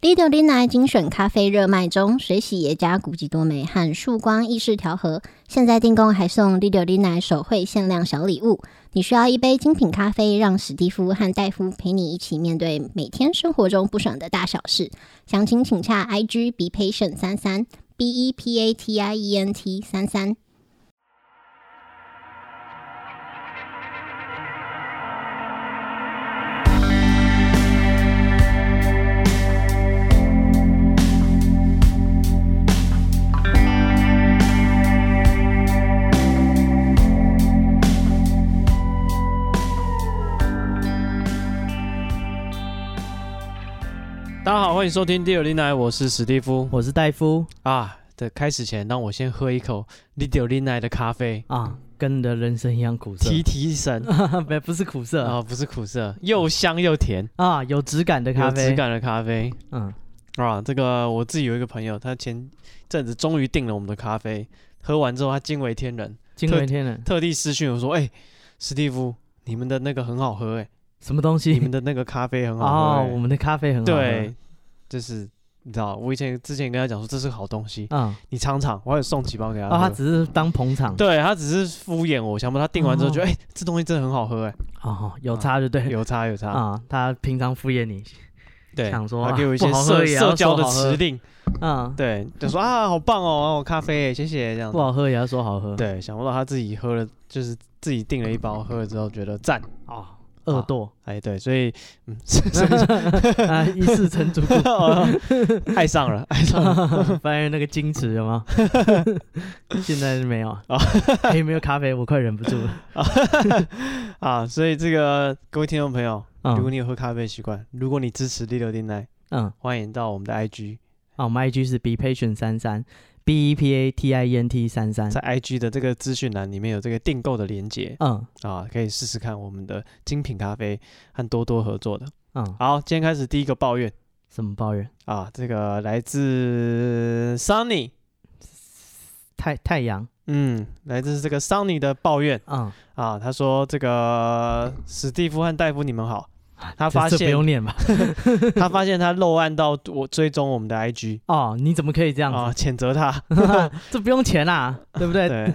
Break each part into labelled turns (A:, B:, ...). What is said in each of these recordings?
A: Lido Lina 精选咖啡热卖中，水洗耶加古籍多美和束光意式调和，现在订购还送 Lido Lina 手绘限量小礼物。你需要一杯精品咖啡，让史蒂夫和戴夫陪你一起面对每天生活中不爽的大小事。详情请洽 IG Be Patient 三三 B E P A T I E N T 三三。
B: 大家好，欢迎收听《第六零奶》，我是史蒂夫
C: 我是戴夫
B: 啊。的开始前，让我先喝一口《第六零奶》的咖啡，
C: 啊，跟你的人生一样苦涩，
B: 提提神
C: 不不是苦涩
B: 啊，
C: 啊
B: 不是苦涩，又香又甜，
C: 有质感的
B: 有
C: 咖啡，
B: 质感的咖啡
C: 嗯，
B: 啊。这个我自己有一个朋友，他前阵子终于订了我们的咖啡，喝完之后他惊为天人，
C: 惊为天人，
B: 特地私讯我说：“哎、史蒂夫，你们的那个很好喝、 哎，
C: 什么东
B: 你
C: 西
B: 们的那个咖啡很好喝、
C: 啊？
B: 哎
C: 我们的咖啡很好喝，
B: 对，就是你知道，我以前之前跟他讲说这是个好东西，
C: 嗯，
B: 你尝尝，我还有送几包给他
C: 啊，
B: 喝。
C: 他只是当捧场，
B: 对他只是敷衍我，想不到他订完之后觉得，哎、这东西真的很好喝、
C: 哦，有差就对
B: 哎，
C: 了
B: 有差有差，
C: 啊，他平常敷衍你，
B: 对，
C: 想说
B: 他给我一
C: 啊
B: 些
C: 不好
B: 社
C: 喝也要
B: 社交的
C: 说好喝
B: 指令，
C: 嗯，
B: 对，就说啊，好棒哦，哦，咖啡耶，谢谢，这样
C: 不
B: 子。
C: 好喝也要说好喝，，
B: 对，想不到他自己喝了，就是自己订了一包，喝了之后觉得赞，
C: 哦，恶 惰
B: 哎，对，所 以，嗯，所以
C: 啊，一世成 主顾，
B: 就爱上 了，爱上了，
C: 发现那个矜持有吗？ 现在是没有啊
B: 啊，
C: 还有没有咖啡？我快忍不住 了，
B: 啊，所以这个各位听众朋友，如果
C: 嗯
B: 你有喝咖啡的习惯，如果你支持第六电台，
C: 嗯。
B: 欢迎到我们的 IG，
C: 啊，我们 IG 是 be patient 三三，b e p a t i e n t 三三
B: 在。IG 的这个资讯栏里面有这个订购的连接，
C: 嗯
B: 啊，可以试试看我们的精品咖啡和多多合作的。
C: 嗯，
B: 好，今天开始第一个抱怨
C: 什么抱怨？
B: 啊，这个来自 Sunny，
C: 太太阳。
B: 嗯，来自这个 Sunny 的抱怨
C: 嗯，
B: 啊，他说这个史蒂夫和戴夫你们好，他
C: 他
B: 发
C: 不
B: 现
C: 用念吧？
B: 他发现他漏按到我追踪我们的 IG
C: 哦，你怎么可以这样
B: 啊，
C: 子？
B: 谴责他，
C: 这不用 钱啦，对不对？
B: 对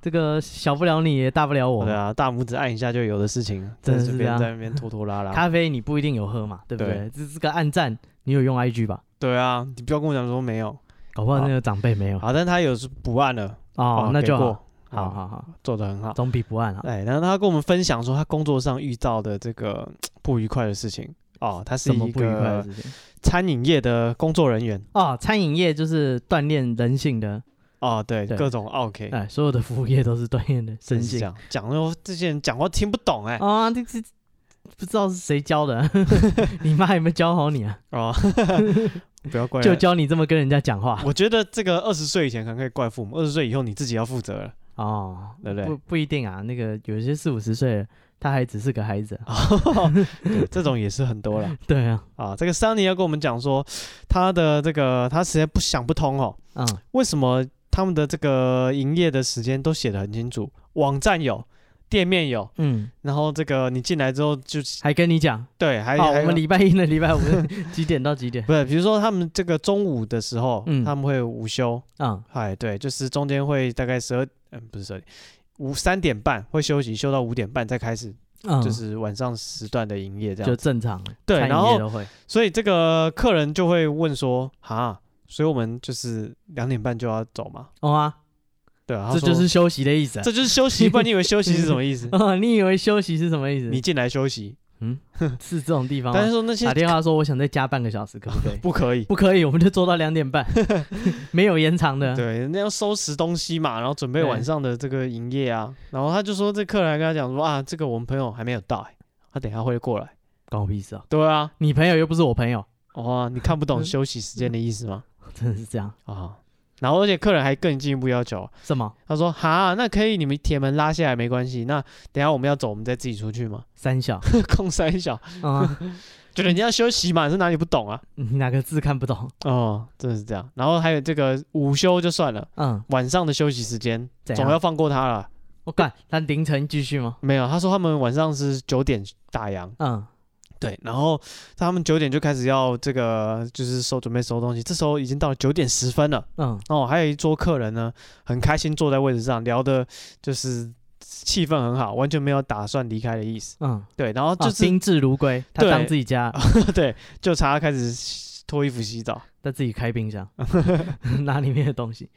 C: 这个小不了你也大不了 我
B: 对。啊，大拇指按一下就有的事情，
C: 真
B: 在这
C: 的是
B: 边
C: 啊这样
B: 在那边拖拖拉拉，
C: 咖啡你不一定有喝嘛，对不
B: 对
C: 对？这这个暗赞，你有用 IG 吧？
B: 对啊，你不要跟我讲说没有，
C: 搞不好
B: 好
C: 那个长辈没有。
B: 好，但他有时不按了，
C: 哦
B: 啊，
C: 那
B: 给
C: 就
B: 过
C: 好，好
B: 啊，
C: 好好，
B: 做的很好。
C: 总比不暗好。啊
B: 哎，然后他跟我们分享说他工作上遇到的这个不愉快的事情哦，他是
C: 什么
B: 一
C: 不愉快的
B: 个
C: 事情？
B: 餐饮业的工作人员
C: 哦，餐饮业就是锻炼人性的，
B: 哦，对，
C: 对
B: 各种 OK，
C: 哎，所有的服务业都是锻炼的
B: 真
C: 身
B: 是
C: 性
B: 这。样讲说这些人讲话听不懂 哎
C: 啊，这这不知道是谁教 的啊、你妈有没有教好你啊？
B: 哦， 不要怪
C: 就
B: 人。
C: 教你这么跟人家讲话
B: 我觉得这个二十岁以前可能可以怪父母，二十岁以后你自己要负责了。
C: 哦，
B: 对不对
C: 不不一定啊，那个有些四五十岁了，他还只是个 孩子啊、
B: 对，这种也是很多 了
C: 对啊，
B: 啊。这个桑尼要跟我们讲说，他的这个他实在不想不通哦，
C: 嗯，
B: 为什么他们的这个营业的时间都写的很清楚，网站有，店面有，
C: 嗯，
B: 然后这个你进来之后就
C: 还跟你讲，
B: 对，还
C: 哦，
B: 还
C: 我们
B: 有
C: 礼拜一的礼拜五 几点到几点？
B: 不是，比如说他们这个中午的时候，
C: 嗯
B: 他们会午休，
C: 嗯，
B: 哎，对，就是中间会大概十二，嗯，不是十二点，五三点半会休息，休到五点半再开始，
C: 嗯
B: 就是晚上时段的营业这
C: 就
B: 样。
C: 正常，
B: 对
C: 餐饮
B: 然后
C: 业都会，
B: 所以这个客人就会问说，哈，所以我们就是两点半就要走嘛？
C: 哦啊，
B: 对啊，他
C: 这
B: 说
C: 就是休息的意思、啊。？
B: 这就是休息，不然你以为休息是什么意思
C: 哦，你以为休息是什么意思？
B: 你进来休息，
C: 是这种地方吗
B: 但是说那些
C: 打电话说我想再加半个小时，可不可以？
B: 不可以。
C: 不可以，我们就做到两点半， 没有延长的。
B: 对，人家要收拾东西嘛，然后准备晚
C: 嗯对
B: 上的这个营业啊。然后他就说，这客人还跟他讲说啊，这个我们朋友还没有到、欸，他等一下会过来。
C: 关我屁事啊！
B: 对啊，
C: 你朋友又不是我朋友，
B: 哇，你看不懂
C: 嗯
B: 休息时间的意思吗？
C: 真的是这样？
B: 啊，然后而且客人还更进一步要求，
C: 什么
B: 他说哈，那可以，你们铁门拉下来没关系。那等一下我们要走，我们再自己出去 嘛。
C: 三小？
B: 空三小，
C: 啊，
B: 就人家要休息嘛，是哪里不懂啊？
C: 你哪个字看不懂？
B: 哦，真的是这样。然后还有这个午休就算了，
C: 嗯，
B: 晚上的休息时间
C: 怎
B: 总要
C: 样？
B: 放过他了。
C: 我干，他凌晨继续吗？
B: 没有，他说他们晚上是九点打烊。
C: 嗯，
B: 对，然后他们九点就开始要这个，就是收准备收东西。这时候已经到了九点十分了，
C: 嗯，
B: 哦，还有一桌客人呢，很开心坐在位置上，聊的就是气氛很好，完全没有打算离开的意思。
C: 嗯，
B: 对，然后
C: 就
B: 就是、
C: 宾至如归，他
B: 对
C: 当自己 家，
B: 对，就查开始洗脱衣服洗澡。
C: 他自己开冰 箱，拿里面的东西。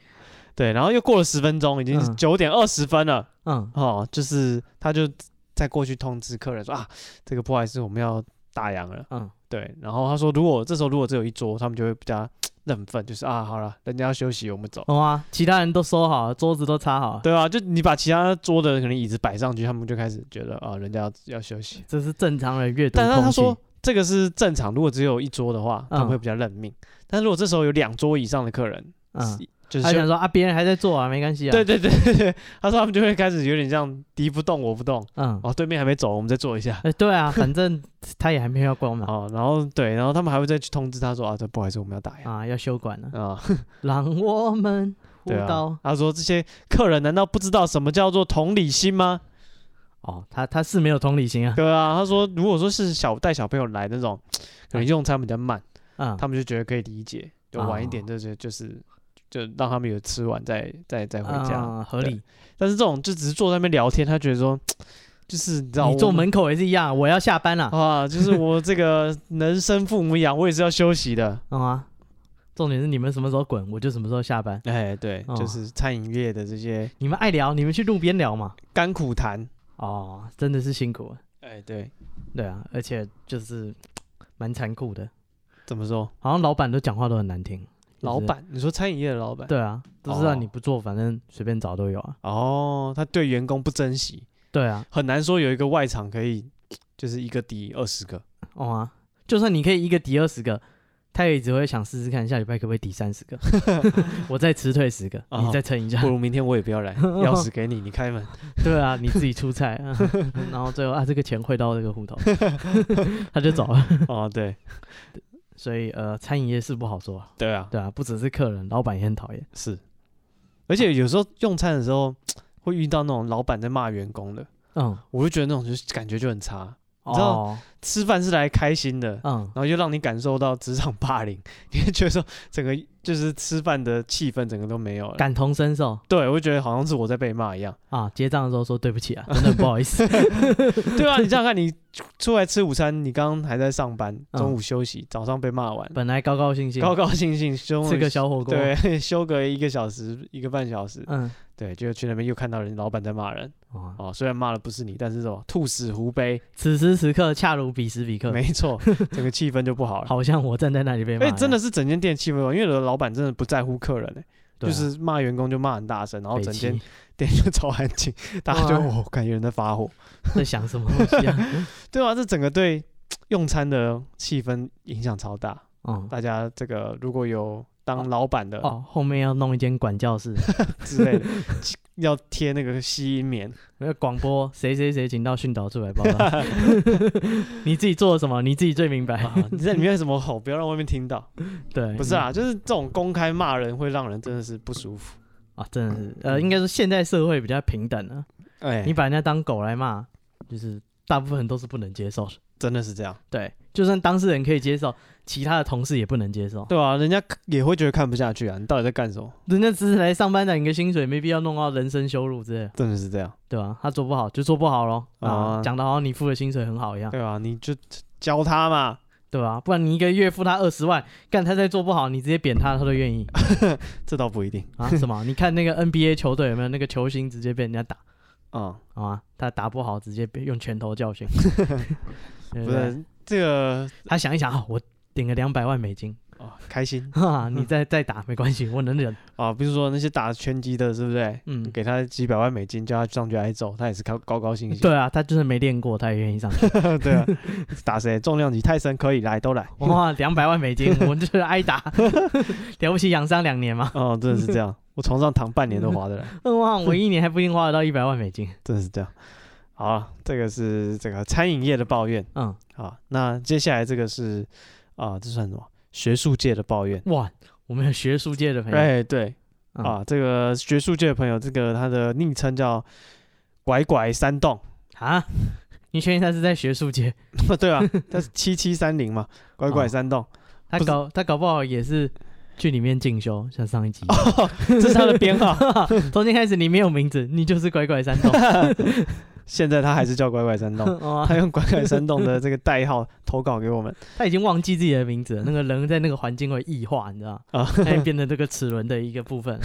B: 对，然后又过了十分钟，已经是
C: 嗯
B: 九点二十分了。
C: 嗯，
B: 哦，就是他就再过去通知客人说啊，这个不好意思，我们要打烊了。
C: 嗯，
B: 对，然后他说如果这时候如果只有一桌，他们就会比较认份，就是啊，好了，人家要休息，我们走。
C: 哇、其他人都收好了，桌子都擦好了，
B: 对啊，就你把其他桌的可能椅子摆上去，他们就开始觉得啊，人家要要休息。
C: 这是正常人阅读
B: 但是他
C: 空气。
B: 说这个是正常，如果只有一桌的话，他们会比较认命。但是如果这时候有两桌以上的客人，
C: 嗯，
B: 就是
C: 他
B: 休
C: 想说啊，别人还在做啊，没关系啊。
B: 对，对对对对，他说他们就会开始有点像敌不动我不动，
C: 嗯，
B: 哦，对面还没走，我们再坐一下。
C: 哎，对啊，反正他也还没有关嘛，
B: 哦，然后对，然后他们还会再去通知他说啊，这不好意思，我们要打烊
C: 啊，要休馆了，
B: 啊。
C: 让我们互
B: 对
C: 道
B: 啊，。他说这些客人难道不知道什么叫做同理心吗？
C: 哦，他他是没有同理心啊，
B: 对啊，他说如果说是小带小朋友来那种，可能用餐比较慢，
C: 嗯，
B: 他们就觉得可以理解，就晚一点
C: 哦
B: 这些就是。就让他们有吃完再再再回家，
C: 嗯合理。
B: 但是这种就只是坐在那边聊天，他觉得说，就是你知道
C: 你坐
B: 我们
C: 门口也是一样，我要下班了，
B: 啊，就是我这个能生父母养，我也是要休息的。
C: 嗯啊。重点是你们什么时候滚，我就什么时候下班。
B: 哎，对，
C: 哦
B: 就是餐饮业的这些
C: 你们爱聊，你们去路边聊嘛。
B: 甘苦谈。
C: 哦，真的是辛苦了。
B: 哎，对，
C: 对啊，而且就是蛮残酷的，
B: 怎么说？
C: 好像老板都讲话都很难听。就是
B: 老板，你说餐饮业的老板？
C: 对啊，都知道
B: 哦
C: 你不做，反正随便找都有啊。
B: 哦，他对员工不珍惜，
C: 对啊，
B: 很难说有一个外场可以就是一个敌二十 个。
C: 哦啊，就算你可以一个抵二十个，他也只会想试试看下礼拜可不可以抵三十 个，我再辞退十个，
B: 哦
C: 你再撑一下
B: 不。如明天我也不要来，钥匙给你，你开 门。
C: 对啊，你自己出差，啊 然后最后啊，这个钱汇到这个户头， 他就走了。
B: 哦，对，
C: 所以呃，餐饮业是不好做啊，
B: 对啊，
C: 对啊，不只是客人，老板也很讨厌。
B: 是。而且有时候用餐的时候会遇到那种老板在骂员工的，
C: 嗯，
B: 我就觉得那种就是感觉就很差。你知道
C: 哦，
B: 吃饭是来开心的，
C: 嗯，
B: 然后又让你感受到职场霸凌， 你会觉得说整个就是吃饭的气氛整个都没有了。
C: 感同身受
B: 对，我就觉得好像是我在被骂一样。
C: 啊，结账的时候说对不起 啊，真的很不好意思。
B: 对啊，你想想看，你出来吃午餐，你刚刚还在上班，
C: 嗯
B: 中午休息，早上被骂完，
C: 本来高高兴兴
B: 高高兴兴休
C: 吃个小火锅，
B: 对， 休个一个小时、一个半小时，
C: 嗯，
B: 对，就去那边又看到人老板在骂人
C: 哇，
B: 哦，虽然骂的不是你，但是什么兔死狐悲，
C: 此时此刻恰如彼时彼刻，
B: 没 错，整个气氛就不好了。
C: 嗯好像我站在那里被骂一
B: 哎，
C: 样。
B: 真的是整间店气氛不好，因为有的老板真的不在乎客人、欸，
C: 对啊
B: 就是骂员工就骂很大声，然后
C: 北
B: 整
C: 齐
B: 间店就超安 静，大家就
C: 哇
B: 哦，感觉有人在发火，
C: 在想什 么东西啊？
B: 对啊，这整个对用餐的气氛影响超大。
C: 嗯，
B: 大家这个如果有当老板的
C: 哦，后面要弄一间管教室，
B: 之 类的，要贴那个吸音棉，
C: 那个广播谁谁谁请到训导处来报 道。你自己做了什么，你自己最明白。
B: 啊、你在里面怎么吼，不要让外面听到。
C: 对，
B: 不是啊，就是这种公开骂人会让人真的是不舒服。
C: 啊，真的是，呃，应该说现代社会比较平等了、
B: 哎、
C: 你把人家当狗来骂，就是大部分人都是不能接受的。
B: 真的是这样，
C: 对，就算当事人可以接受，其他的同事也不能接受。
B: 对啊，人家也会觉得看不下去啊，你到底在干什么？
C: 人家只是来上班领个薪水，没必要弄到人身羞辱之类的，
B: 真的是这样，
C: 对吧、他做不好就做不好咯。啊，
B: 啊
C: 讲的好像你付的薪水很好一样，
B: 对啊，你就教他嘛，
C: 对吧、不然你一个月付他二十万，干他再做不好，你直接扁他，他都愿意
B: 这倒不一定
C: 啊？什么？你看那个 NBA 球队有没有那个球星直接被人家打？
B: 啊、
C: 好吗？他打不好直接被用拳头教 训，对
B: 不
C: 不对？
B: 是这个
C: 他想一想啊，我顶个两百万美金，
B: 哦，开心
C: 哈，你再再打没关系，我能忍。
B: 啊，比如说那些打拳击的，是不是？
C: 嗯，
B: 给他几百万美金，叫他上去挨揍，他也是高高高兴兴。
C: 对啊，他就是没练过，他也愿意上 去。
B: 对啊，打谁？重量级、泰森可以来都来。
C: 哇，两百万美金，我就是挨 打，了不起养伤两年嘛。
B: 哦，真的是这样，我床上躺半年都划 得来，
C: 嗯哇，我一年还不一定花得到一百万美金。
B: 真的是这样。好啊，这个是这个餐饮业的抱怨
C: 嗯，
B: 啊。那接下来这个是啊，这算什么？学术界的抱怨。
C: 哇，我们有学术界的朋友，
B: 哎，对
C: 嗯
B: 啊，这个学术界的朋友，这个他的昵称叫“拐拐山洞
C: 啊，”你确定他是在学术界？
B: 对啊，他是七七三零嘛，拐拐山 洞，
C: 他
B: 不是
C: 搞他搞不好也是去里面进修，像上一集，
B: 哦这是他的编号。
C: 从今开始你没有名字，你就是乖乖山洞。
B: 现在他还是叫拐拐山洞，
C: 哦
B: 他用拐拐山洞的这个代号投稿给我们
C: 他已经忘记自己的名字了，那个人在那个环境会异化，你知道吗？
B: 啊。
C: 他也变成这个齿轮的一个 部分。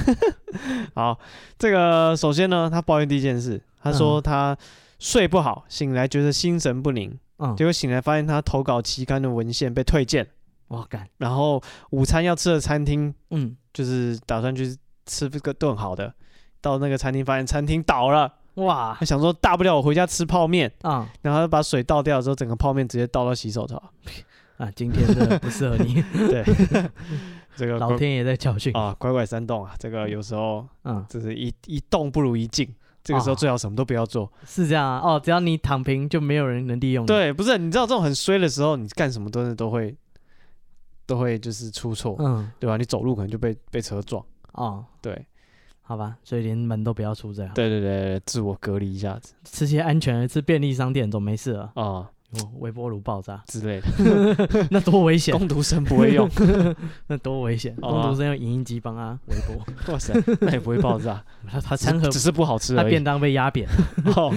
B: 好，这个首先呢，他抱怨第一件事，他说他睡不好，醒来觉得心神不宁，
C: 嗯
B: 结，果醒来发现他投稿期刊的文献被推荐，
C: 我干，
B: 然后午餐要吃的餐厅
C: 嗯，
B: 就是打算去吃这个顿好的，到那个餐厅发现餐厅倒了，
C: 哇
B: 他想说大不了我回家吃泡面，
C: 啊
B: 然后他把水倒掉之后，整个泡面直接倒到洗手槽，
C: 啊！今天真的不适合 你，
B: 对，这个
C: 老
B: 乖
C: 天爷在教训。
B: 啊乖乖山洞啊，这个有时候
C: 嗯，
B: 就是一一动不如一静。这个时候
C: 啊
B: 最好什么都不要做，
C: 是这样啊。哦，只要你躺平，就没有人能利用你。
B: 对，不是你知道这种很衰的时候，你干什么都是都会都会就是出错，
C: 嗯，
B: 对吧？你走路可能就被被车撞，
C: 哦，
B: 对
C: 好吧，所以连门都不要出最好。，
B: 对对对对，自我隔离一下子
C: 吃些安全的，吃便利商店总没事了。
B: 啊、
C: 哦，微波炉 爆炸，
B: 之类的，
C: 那多危险！啊
B: 工读生不会用，
C: 那多危险！
B: 哦啊
C: 工读生用影印机帮他微 波，
B: 哇塞，那也不会爆 炸，
C: 他他
B: 只
C: 餐盒
B: 只是不好吃
C: 他
B: 而已
C: 便。 当被压扁。
B: 哦，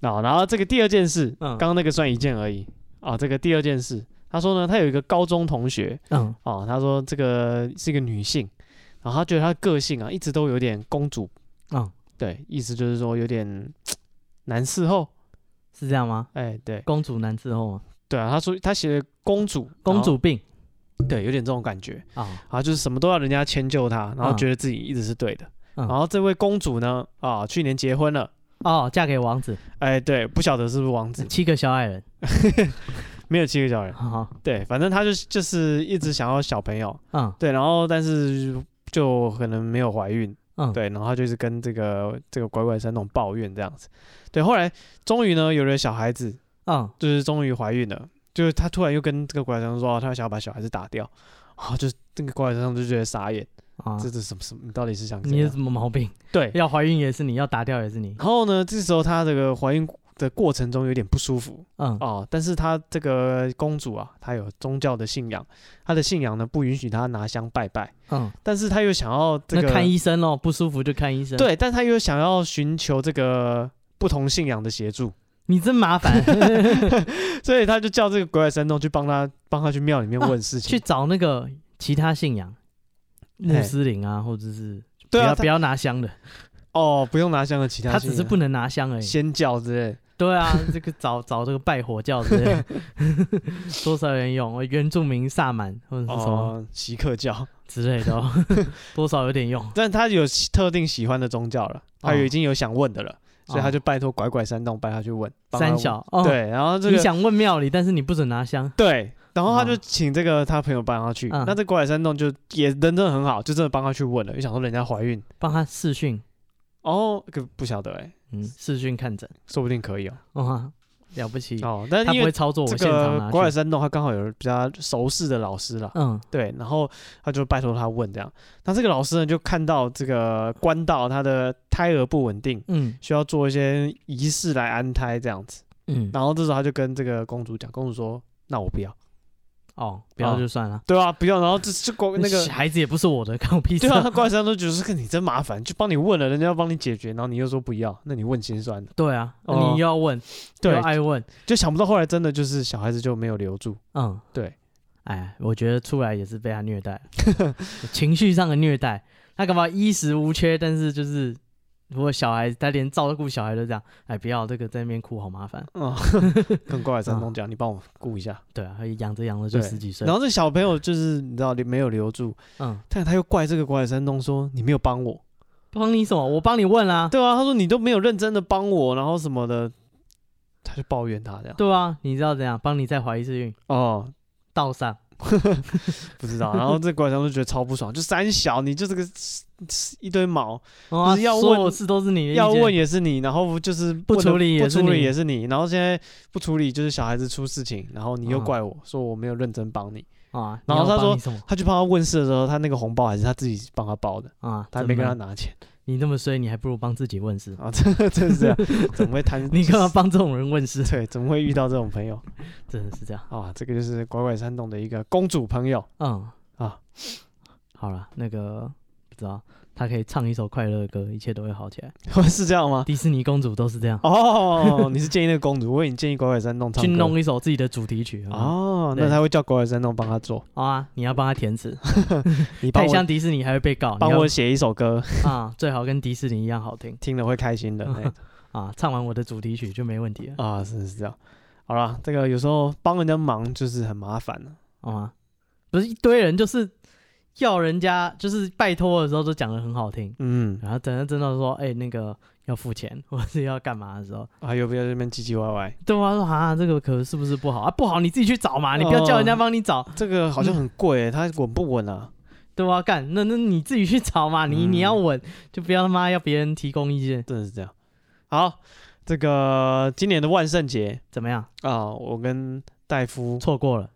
B: 那然后这个第二件事，
C: 嗯
B: 刚刚那个算一件而已啊。这个第二件事，他说呢，他有一个高中同学
C: 嗯，
B: 啊，他说这个是一个女性，然后他觉得她个性啊一直都有点公主
C: 嗯，
B: 对，意思就是说有点难伺候。
C: 是这样吗？
B: 哎，对
C: 公主难伺候吗？
B: 对啊，他说他写的公主，
C: 公
B: 然后
C: 主病
B: 对，有点这种感觉
C: 啊，
B: 啊，就是什么都要人家迁就她，然后觉得自己一直是对的。
C: 嗯
B: 然后这位公主呢，啊，去年结婚了，
C: 哦，嫁给王子，
B: 哎，对，不晓得是不是王子，
C: 七个小矮人，
B: 没有七个小人，
C: 嗯好，
B: 对，反正他就就是一直想要小朋友，
C: 嗯
B: 对，然后但是就可能没有怀孕，
C: 嗯，，
B: 对，然后他就是跟这个这个乖乖山那种抱怨这样子，对，后来终于呢有了小孩子，
C: 嗯，
B: 就是终于怀孕了，就是她突然又跟这个拐杖说，哦她想要把小孩子打掉， 啊，就是那个拐杖就觉得傻眼，
C: 啊
B: 这，是什么什么？你到底是想怎
C: 你有
B: 样？
C: 什么 毛病？
B: 对，
C: 要怀孕也是你，要打掉也是你，
B: 然后呢，这时候她这个怀孕的过程中有点不舒服
C: 嗯，
B: 哦，但是她这个公主啊，她有宗教的信仰，她的信仰呢不允许她拿香拜拜，
C: 嗯，
B: 但是她又想要这
C: 那
B: 个
C: 看医生咯，不舒服就看医生。，
B: 对，但她又想要寻求这个不同信仰的协 助，
C: 你真 麻烦，
B: 所以她就叫这个鬼怪山洞去帮她帮她去庙里面问事情，
C: 去找那个其他信仰，穆斯林啊，或者是不
B: 对啊
C: 要
B: 她
C: 不要拿香的，
B: 哦，不用拿啊香的其他
C: 他
B: 信
C: 只是
B: 仰
C: 不能拿香而已。
B: 仙教之类的。
C: 对啊，这个找找这个拜火教之类的， 多少人用原住民萨满或者是什么
B: 哦，锡克教，
C: 之类的 哦，多少有点用。
B: 但他有喜特定喜欢的宗教了，
C: 哦
B: 他有已经有想问的了，所以他就拜托拐拐山洞拜他去问。帮他
C: 三
B: 问，
C: 小哦，，
B: 对，然后这
C: 你
B: 个
C: 想问庙里，但是你不准拿香，
B: 对，然后他就
C: 哦
B: 请这个他朋友帮他去，
C: 嗯
B: 那这拐拐山洞就也人真的很好，就真的帮他去问了，就想说人家怀孕，
C: 帮他视讯，
B: 哦，可不晓得哎、
C: 嗯，视讯看诊，
B: 说不定可以哦、
C: 哇，了不起，
B: 哦，但
C: 他
B: 是
C: 不
B: 因为
C: 会操作，我
B: 这
C: 现场
B: 个
C: 拿
B: 拐拐
C: 去。
B: 山洞他刚好有比较熟识的老师啦，
C: 嗯
B: 对，然后他就拜托他问这样，那这个老师呢就看到这个官道他的胎儿不稳定。
C: 嗯
B: 需要做一些仪式来安胎这样子。
C: 嗯，
B: 然后这时候他就跟这个公主讲，公主说：“那我不要，
C: 哦，不要
B: 哦
C: 就算了，
B: 对啊，不要。”然后这这光那
C: 那个
B: 个。
C: 孩子也不是我的，关我屁事
B: 对啊，
C: 啊。
B: 他怪山都觉得这个你真麻烦，就帮你问了，人家要帮你解决，然后你又说不要，那你问心酸的。
C: 对啊，
B: 哦
C: 你又要问，又
B: 对，
C: 爱问，
B: 就想不到后来真的就是小孩子就没有留住。
C: 嗯，
B: 对，
C: 哎，我觉得出来也是被他虐待， 情绪上的虐待。他干嘛衣食无缺，但是就是如果小孩，他连照顾小孩都这样，哎，不要这个在那边哭，好麻烦。
B: 嗯，跟怪山东讲，你帮我顾一下。
C: 对啊，他养着养着就
B: 对
C: 十几岁，
B: 然后这小朋友就是你知道没有留住，
C: 嗯，
B: 但他又怪这个怪山东说你没有帮我。
C: 帮你什么？我帮你问啦、
B: 对啊，他说你都没有认真的帮我，然后什么的，他就抱怨他这样。
C: 对啊，你知道怎样？帮你再怀一次孕，
B: 哦，
C: 倒上。
B: 不知道。然后这拐杖就觉得超不爽，就三小，你就这个一堆毛，
C: 哦啊
B: 不是要
C: 所
B: 问
C: 有事都是你的意见
B: 要问也是你，然后就是
C: 不
B: 问得
C: 处理也
B: 不
C: 是
B: 处理
C: 你
B: 也是你，然后现在不处理就是小孩子出事情，然后你又
C: 啊
B: 怪我说我没有认真帮你。
C: 啊。
B: 然后
C: 你要
B: 他说
C: 帮你什么
B: 他去帮他问事的时候，他那个红包还是他自己帮他包的，
C: 啊？
B: 他
C: 真
B: 没跟
C: 闷
B: 他拿钱。
C: 你那么衰，你还不如帮自己问世。
B: 啊，这真是这样，怎么会贪？
C: 你干嘛帮这种人问世？
B: 对，怎么会遇到这种朋友
C: 真的是这样。
B: 啊？这个就是拐拐山洞的一个公主朋友
C: 嗯
B: 啊，
C: 好了，那个不知道，他可以唱一首快乐歌，一切都会好起来。
B: 是这样吗？
C: 迪士尼公主都是这样，
B: 啊哦，你是建议那个公主，我以为你建议拐拐山洞唱
C: 去
B: 歌。
C: 弄一首自己的主题曲有没有
B: 哦，那
C: 对
B: 他会叫拐拐山洞帮他做，
C: 好啊，你要帮他填词，
B: 你帮
C: 太
B: 哦我
C: 像迪士尼还会被告。你
B: 帮
C: 要
B: 我写一首歌，
C: 啊，最好跟迪士尼一样好听
B: 听了会开心的那 种。
C: 啊，唱完我的主题曲就没问题了，
B: 啊，是是这样。好啦，这个有时候帮人家忙就是很麻烦了
C: 好吗？不是一堆人就是要人家就是拜托的时候都讲的很好听，
B: 嗯，
C: 然后等到真的说，哎、那个要付钱 或者是要干嘛的时候，
B: 还有不要在那边唧唧歪歪，
C: 对啊，说啊，这个可是不是不好啊？不好你自己去找嘛，你
B: 哦
C: 不要叫人家帮你找，
B: 这个好像很贵欸，它稳不稳啊？
C: 对啊，干那那你自己去找 嘛，你你要
B: 嗯
C: 稳，就不要他妈要别人提供意见，
B: 真的是这样。好，这个今年的万圣节
C: 怎么样？
B: 啊，我跟戴夫
C: 错过 了，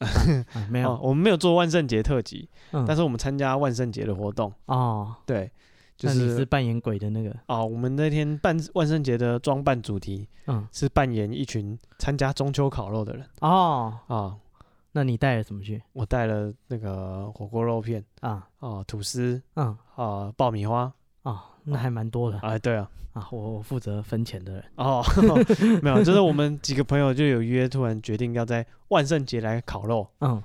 C: 啊啊没
B: 哦
C: 有，，
B: 我们没有做万圣节特辑，
C: 嗯
B: 但是我们参加万圣节的活动，
C: 哦，
B: 对，就
C: 那你是
B: 是
C: 扮演鬼的那个，
B: 啊，我们那天办万圣节的装扮主题
C: 嗯，
B: 是扮演一群参加中秋烤肉的人
C: 哦，
B: 啊，
C: 那你带了什么去
B: 我带了那个火锅肉片
C: 啊？
B: 啊，吐司
C: 嗯，
B: 啊，爆米花
C: 哦，那还蛮多的
B: 啊，对啊，
C: 啊，我我负责分钱的人，
B: 哦， 没有，就是我们几个朋友就有约，突然决定要在万圣节来烤肉，
C: 嗯，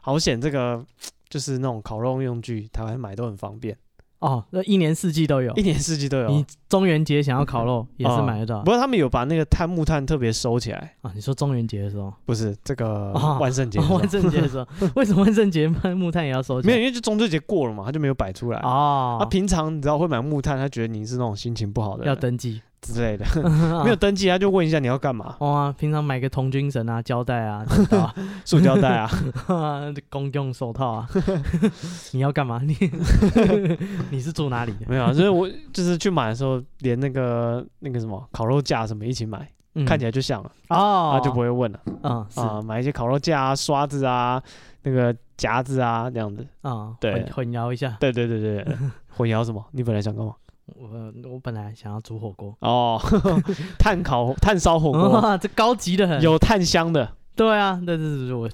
B: 好险这个就是那种烤肉用具，台湾买都很方便，
C: 哦，那一年四季都有
B: 一，嗯年四季都有。
C: 哦
B: 啊
C: 你中元节想要烤肉也是买得到
B: 不过他们有把那个炭木炭特别收起来，
C: 啊？你说中元节的时候？
B: 不是这个
C: 哦
B: 万圣节的时
C: 哦
B: 候、
C: 万圣节的时候，为什么万圣节卖木炭也要收钱？
B: 没有，因为就中秋节过了嘛，他就没有啊摆出来。
C: 哦，
B: 他平常你知道会买木炭，他觉得你是那种心情不好的
C: 要
B: 人
C: 登记，哦
B: 之类的，
C: 没
B: 没有登记他就问一下你要干嘛，
C: 哇、啊，平常买个童军绳啊、胶带啊、剪刀
B: 塑胶袋 啊，
C: 啊、公用手套啊， 你要干嘛？你 你是住哪里的？
B: 没有啊，就是我就是去买的时候连那个那个什么烤肉架什么一起买，
C: 嗯
B: 看起来就像了。
C: 哦，
B: 他就不会问了
C: 嗯是
B: 啊、买一些烤肉架啊、刷子啊、那个夹子啊这样子。
C: 嗯
B: 对
C: 混混淆一下。
B: 对对对对 对，混淆什么？你本来想干嘛？
C: 我我本来想要煮火锅，
B: 哦， 炭烤、炭烧火锅，
C: 哇，这高级的很。
B: 有炭香的，
C: 对啊，但是我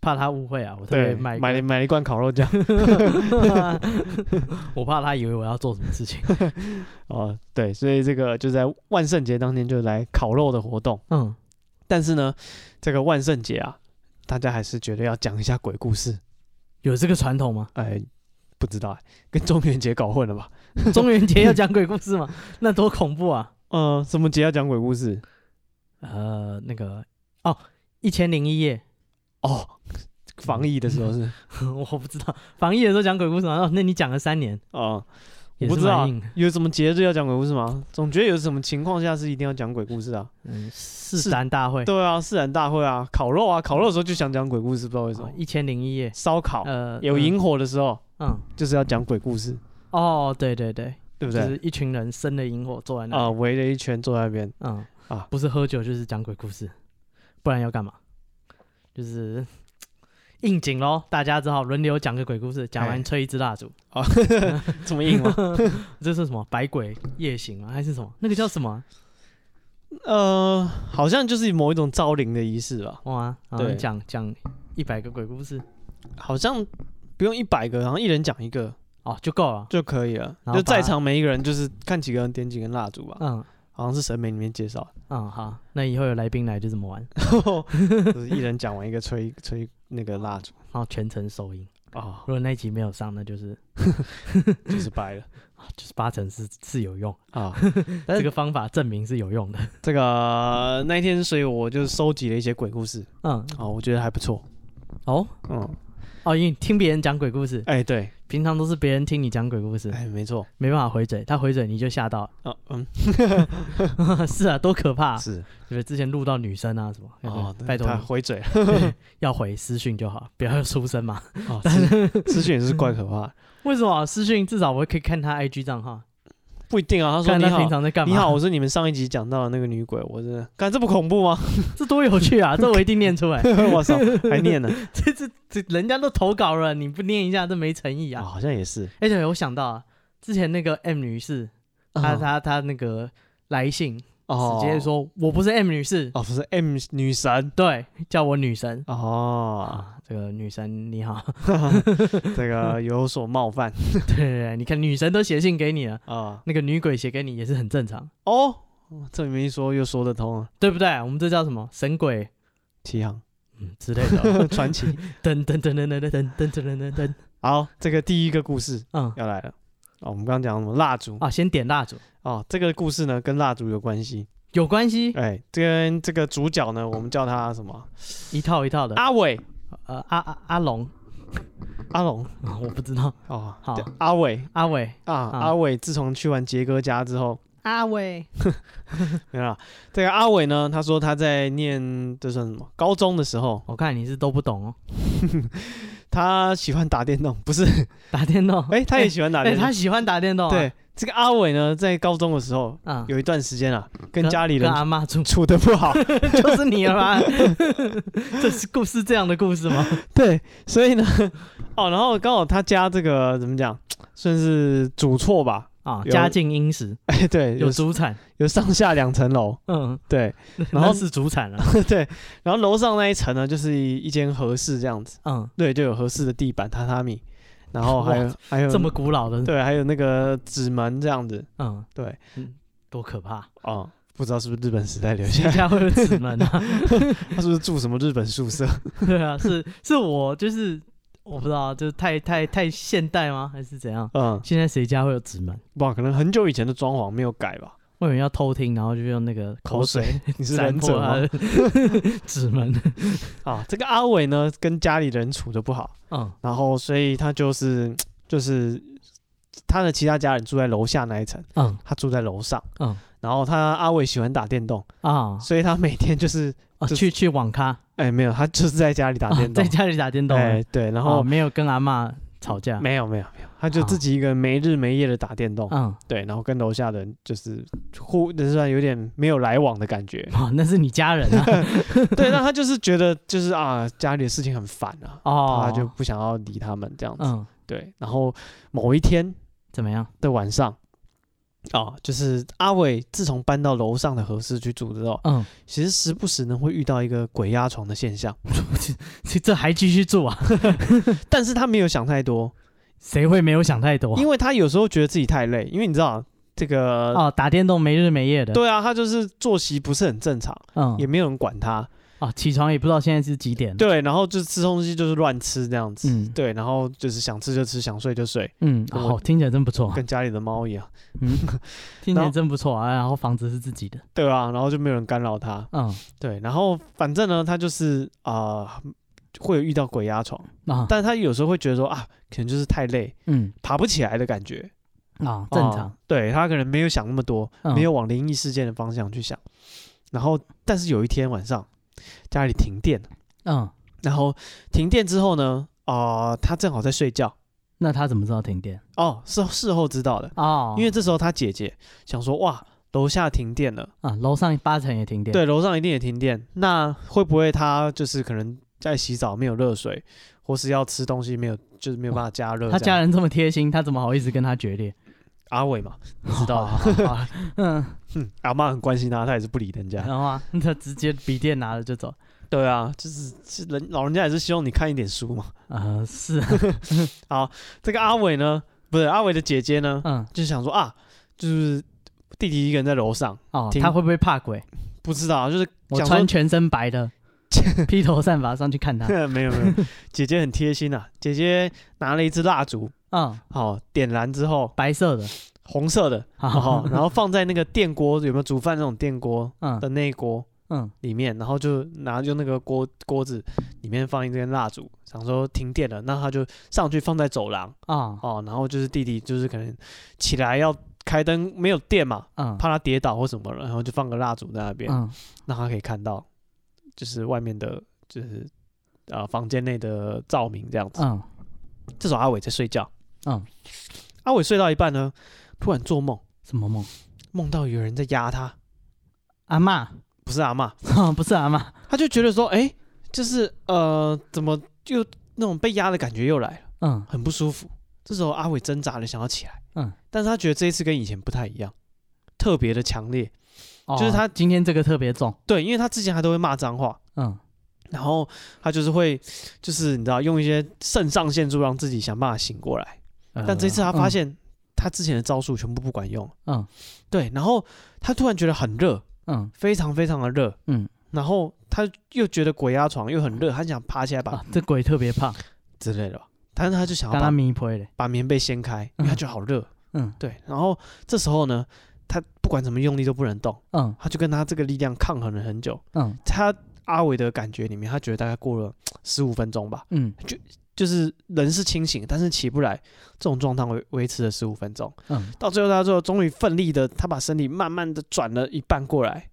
C: 怕他误会啊，我特别
B: 对，
C: 买
B: 买
C: 一
B: 了买了一罐烤肉酱。
C: 个 我怕他以为我要做什么事情。
B: 哦，对，所以这个就在万圣节当天就来烤肉的活动。
C: 嗯，
B: 但是呢，这个万圣节啊，大家还是觉得要讲一下鬼故事。
C: 有这个传统吗？
B: 哎，不知道哎，跟中元节搞混了吧？
C: 中元节要讲鬼故事吗？ 那多恐怖啊！
B: 嗯、什么节要讲鬼故事？
C: 呃，那个哦，一千零一夜，
B: 哦，嗯防疫的时候是。
C: 我不知道防疫的时候讲鬼故事吗？哦，那你讲了三年，
B: 哦，我
C: 也
B: 不
C: 是
B: 知
C: 蛮
B: 道
C: 硬
B: 有什么节日要讲鬼故事吗？总觉得有什么情况下是一定要讲鬼故事啊？
C: 嗯，四胆大会，
B: 对啊，四人大会啊，烤肉啊，烤肉的时候就想讲鬼故事，不知道为什么。
C: 哦一千零一夜，
B: 烧烤
C: 呃，
B: 有
C: 嗯，
B: 萤火的时候
C: 嗯，
B: 就是要讲鬼故事，
C: 哦，对对对，
B: 对不
C: 就是
B: 对？
C: 一群人生了萤火坐在那里，
B: 啊，围了一圈坐在那 边，
C: 嗯
B: 啊
C: 不是喝酒就是讲鬼故事，不然要干嘛？就是应景咯，大家只好轮流讲个鬼故事，讲
B: 哎
C: 完吹一支蜡烛。
B: 这么硬吗？
C: 这是什么？百鬼夜行吗？还是什么？那个叫什么啊？
B: 呃，好像就是某一种招灵的仪式吧，
C: 哇、然后
B: 对
C: 啊讲讲一百个鬼故事
B: 好像不用一百个，然后一人讲一个
C: 哦就够了。
B: 就可以了。
C: 然后
B: 就
C: 把
B: 在场每一个人就是看几个人点几根蜡烛吧，
C: 嗯
B: 好像是审美里面介绍的。
C: 嗯，好，那以后有来宾来就这么玩，
B: 就是一人讲完一个吹吹那个蜡烛
C: 然后哦全程收音。
B: 啊
C: 如，果那一集没有上，那就是
B: 就是掰了
C: 就是八成是是有用，
B: 啊。但
C: 这
B: 是
C: 个方法证明是有 用的。
B: 这个那一天，所以我就收集了一些鬼故事
C: 嗯，
B: 啊，我觉得还不错。
C: 哦
B: 嗯，
C: 哦，因为听别人讲鬼故事，
B: 哎，对，
C: 平常都是别人听你讲鬼故事，
B: 哎，没错
C: 没办法回嘴，他回嘴你就吓到
B: 啊，嗯，
C: 了，是啊，多可怕、啊！
B: 是
C: 对不对之前录到女生啊什么，
B: 哦，
C: 拜托
B: 他
C: 你
B: 回嘴了
C: 要回私讯就好，不要出声嘛。
B: 啊，私私讯也是怪可怕，
C: 为什么私讯至少我可以看他 IG 账号，
B: 不一定啊。他说
C: 看
B: 你
C: 他平
B: 好，
C: 常在干嘛？
B: 你好，，我是你们上一集讲到的那个女鬼，我真的，看这不恐怖吗？
C: 这多有趣啊！这我一定念出来。
B: 我操，还念呢
C: 这这这人家都投稿了，你不念一下，这没诚意
B: 啊，
C: 啊！
B: 好像也是
C: 而且我想到啊，之前那个 M 女士，
B: 嗯
C: 她她她那个来信，
B: 哦
C: 直接说我不是 M 女士，
B: 哦，不是 M 女神
C: 对，叫我女神
B: 哦，
C: 啊，这个女神你好，
B: 这个有所冒犯
C: 对对对，你看女神都写信给你了，
B: 啊
C: 那个女鬼写给你也是很正常，
B: 哦，这么一说又说得通了，
C: 对不对？我们这叫什么神鬼
B: 奇航，
C: 嗯之类 的
B: 传奇。
C: 噔噔噔噔噔噔噔噔噔噔噔，
B: 好，这个第一个故事
C: 嗯
B: 要来了。哦，我们刚刚讲什么蜡烛
C: 啊，先点蜡烛
B: 哦，这个故事呢跟蜡烛有关系。
C: 有关系，
B: 哎，跟这个主角呢，我们叫他什么？
C: 一套一套的，
B: 阿伟、
C: 呃阿阿阿龙，
B: 阿龙
C: 我不知道，
B: 哦，
C: 好
B: 对阿伟
C: 阿伟
B: 啊，阿伟自从去完杰哥家之后，
C: 阿伟，
B: 没有啦。这个阿伟呢，他说他在念这算什么？高中的时候，
C: 我看你是都不懂哦，
B: 他喜欢打电动，不是？
C: 打电动，
B: 哎、他也喜欢打
C: 哎
B: 电动。
C: 他喜欢打电动，啊，
B: 对，这个阿伟呢，在高中的时候
C: 啊，
B: 有一段时间啊，跟家里人
C: 跟阿妈住，
B: 处的不好，
C: 就是你了吗？ 这是故事这样的故事吗？
B: 对，所以呢，哦，然后刚好他家这个怎么讲，算是主错吧？
C: 啊，
B: 有
C: 家境殷实，
B: 哎，对，有
C: 有主产，
B: 有上下两层 楼，
C: 嗯，
B: 对然
C: 然
B: 后
C: 后是主产了，
B: 对，然后楼上那一层呢，就是一一间合适这样子，
C: 嗯，
B: 对，就有合适的地板榻榻米，然后还有还有
C: 这么古老的，
B: 对，还有那个纸门这样子，
C: 嗯，
B: 对，
C: 嗯，多可怕！
B: 哦、不知道是不是日本时代留下
C: 新
B: 来，
C: 家会有指门啊？
B: 他是不是住什么日本宿舍？
C: 对啊，是是我就是我不知道，就是太太太现代吗？还是怎样？
B: 嗯，
C: 现在谁家会有指门？
B: 不好，可能很久以前的装潢没有改吧。
C: 我以为要偷听，然后就用那个口水，
B: 你是
C: 斩
B: 忍
C: 破
B: 者
C: 他
B: 吗？
C: 的 指门。
B: 啊，这个阿伟呢，跟家里人处的不好，
C: 嗯
B: 然后所以他就是就是他的其他家人住在楼下那一层，
C: 嗯
B: 他住在楼上。
C: 嗯
B: 然后他阿伟喜欢打电动，
C: 啊
B: 所以他每天就是
C: 啊！
B: 就是
C: 去去网咖，
B: 哎没有，他就是在家里打
C: 啊
B: 电动，
C: 在家里打电动，
B: 哎对，然
C: 然
B: 后、
C: 后没有跟阿妈吵架。
B: 没有没有没有，他就自己一个没日没夜的打电动，
C: 嗯，。
B: 对，然后跟楼下的人就是互，就是算有点没有来往的感觉
C: 哇，哦那是你家人啊。
B: 对，那他就是觉得就是啊，家里的事情很烦啊，
C: 哦，
B: 他就不想要理他们这样子。
C: 嗯，
B: 对，然后某一天
C: 怎么样？
B: 的晚上，啊，就是阿伟自从搬到楼上的合适去住之后，
C: 嗯，
B: 其实时不时呢会遇到一个鬼压床的现象，
C: 这这还继续住啊？
B: 但是他没有想太多，
C: 谁会没有想太多？
B: 因为他有时候觉得自己太累，因为你知道这个，
C: 哦，打电动没日没夜的。，
B: 对啊，他就是作息不是很正常，
C: 嗯
B: 也，没有人管他，
C: 哦，起床也不知道现在是几点。，
B: 对，然后就吃东西就是乱吃这样子，
C: 嗯
B: 对，然后就是想吃就吃，想睡就睡，
C: 嗯，
B: 我
C: 好，听起来真不错，啊
B: 跟家里的猫一样，
C: 嗯，听起
B: 然
C: 来
B: 后
C: 真不错啊。然后房子是自己的，
B: 对啊，然后就没有人干扰他，
C: 嗯
B: 对，然后反正呢，他就是啊、会有遇到鬼压床，
C: 啊，
B: 但他有时候会觉得说啊，可能就是太累，
C: 嗯
B: 爬不起来的感觉，
C: 啊，正常
B: 哦，对他可能没有想那么多，
C: 嗯
B: 哦没有往灵异事件的方向去想。然后，但是有一天晚上，家里停电了，
C: 嗯。
B: 然后停电之后呢，啊、他正好在睡觉，
C: 那他怎么知道停电？
B: 哦，是事后知道的，
C: 哦，
B: 因为这时候他姐姐想说，哇，楼下停电了，
C: 啊，楼上八层也停电。，
B: 对，楼上一定也停电，那会不会他就是可能在洗澡没有热水，或是要吃东西没有，就是没有办法加热这样？
C: 他家人这么贴心，他怎么好意思跟他 决裂？
B: 阿伟嘛，你知 道的
C: 好，好好好嗯，
B: 哼阿妈很关心他，他也是不理人家。
C: 然后啊，他直接笔电拿了就走。
B: 对啊，就是是人老人家也是希望你看一点书嘛。
C: 啊，是啊，
B: 这个阿伟呢，不是阿伟的姐姐呢，
C: 嗯，
B: 就想说啊，就是弟弟一个人在楼上，
C: 哦，
B: 停
C: 他会不会怕鬼？
B: 不知道啊就是
C: 我
B: 想
C: 穿
B: 说
C: 全身 白的，披头散发上去看他。
B: 没有没有，姐姐很贴心啊，姐姐拿了一支蜡烛，
C: 嗯，
B: 好、点燃之后，
C: 白色的，
B: 红色 的，
C: 好
B: 哦，然后放在那个电锅有没有煮饭那种电锅
C: 嗯
B: 的那锅
C: 嗯
B: 里面，然后就拿用那个锅锅子里面放一根蜡烛，想说停电了，那他就上去放在走廊。
C: 啊
B: 哦，然后就是弟弟就是可能起来要开灯，没有电嘛，
C: 嗯
B: 怕他跌倒或什么了，然后就放个蜡烛在那边，
C: 嗯
B: 让他可以看到，就是外面的，就是呃房间内的照明这样子。
C: 嗯
B: 这时候阿伟在睡觉，
C: 嗯，
B: 阿伟睡到一半呢，突然做梦，
C: 什么梦？
B: 梦到有人在压他，
C: 阿嬷， 哦
B: 不是阿嬷，
C: 不是阿嬷，
B: 他就觉得说，哎，就是呃怎么又那种被压的感觉又来了，
C: 嗯
B: 很不舒服。这时候阿伟挣扎了，想要起来，
C: 嗯，
B: 但是他觉得这一次跟以前不太一样，特别的强烈。
C: 哦
B: 就是他
C: 今天这个特别重，
B: 对，因为他之前他都会骂脏话，
C: 嗯，
B: 然后他就是会，就是你知道，用一些肾上腺素让自己想办法醒过来。
C: 呃
B: 但这次他发现他之前的招数全部不管用，
C: 嗯，
B: 对，然后他突然觉得很热，
C: 嗯，
B: 非常非常的热，
C: 嗯，
B: 然后他又觉得鬼压床又很热，他想爬起来
C: 嗯，
B: 把
C: 啊，这鬼特别胖，
B: 之类的吧，但是他就想要
C: 刚他
B: 把
C: 迷婆嘞，
B: 把棉被掀开，因为他觉得好热，
C: 嗯
B: 对，然后这时候呢，他不管怎么用力都不能动，
C: 嗯
B: 他就跟他这个力量抗衡了很久，
C: 嗯
B: 他。阿伟的感觉里面，他觉得大概过了十五分钟吧，
C: 嗯
B: 就是人是清醒，但是起不来，这种状态维维持了十五分钟，
C: 嗯，
B: 到最后他最后终于奋力的，他把身体慢慢的转了一半过来，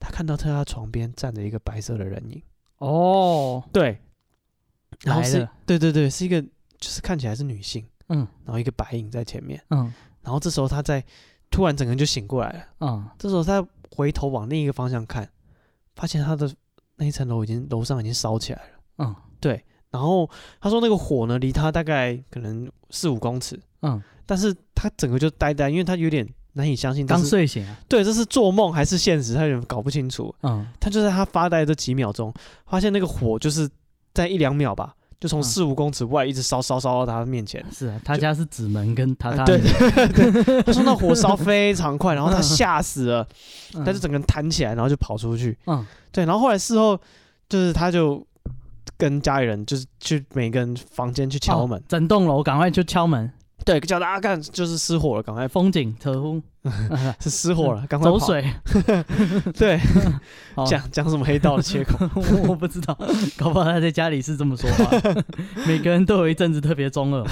B: 他看到在他床边站着一个白色的人影，
C: 哦，
B: 对，然后
C: 来
B: 是
C: 了，
B: 对对对，是一个就是看起来是女性，
C: 嗯
B: 然后一个白影在前面，
C: 嗯
B: 然后这时候他在突然整个人就醒过来了，
C: 嗯，
B: 这时候他回头往另一个方向看，发现他的那一层楼已经楼上已经烧起来了，
C: 嗯
B: 对，然后他说那个火呢离他大概可能四五公尺，
C: 嗯，
B: 但是他整个就呆呆，因为他有点难以相信，
C: 刚
B: 这是
C: 睡醒啊，
B: 对，这是做梦还是现实，他有点搞不清楚。
C: 嗯
B: 他就在他发呆的这几秒钟，发现那个火就是在一两秒吧，就从
C: 嗯
B: 四五公尺外一直烧烧烧到他面前。
C: 是啊，他家是纸门跟榻榻
B: 啊对
C: 米，
B: 他说那火烧 非常快，然后他吓死了，
C: 嗯
B: 他就整个人弹起来，然后就跑出去。
C: 嗯
B: 对，然后后来事后就是他就跟家里人就是去每个人房间去敲门
C: 哦，整栋楼赶快就敲门，
B: 对，叫大家干就是失火了，赶快
C: 风景扯 呼，
B: 是失火了，赶快
C: 嗯走
B: 跑。
C: 水，
B: 对，
C: 哦
B: 讲讲什么黑道的切 口？
C: 我不知道，搞不好他在家里是这么说话。 每个人都有一阵子特别中二，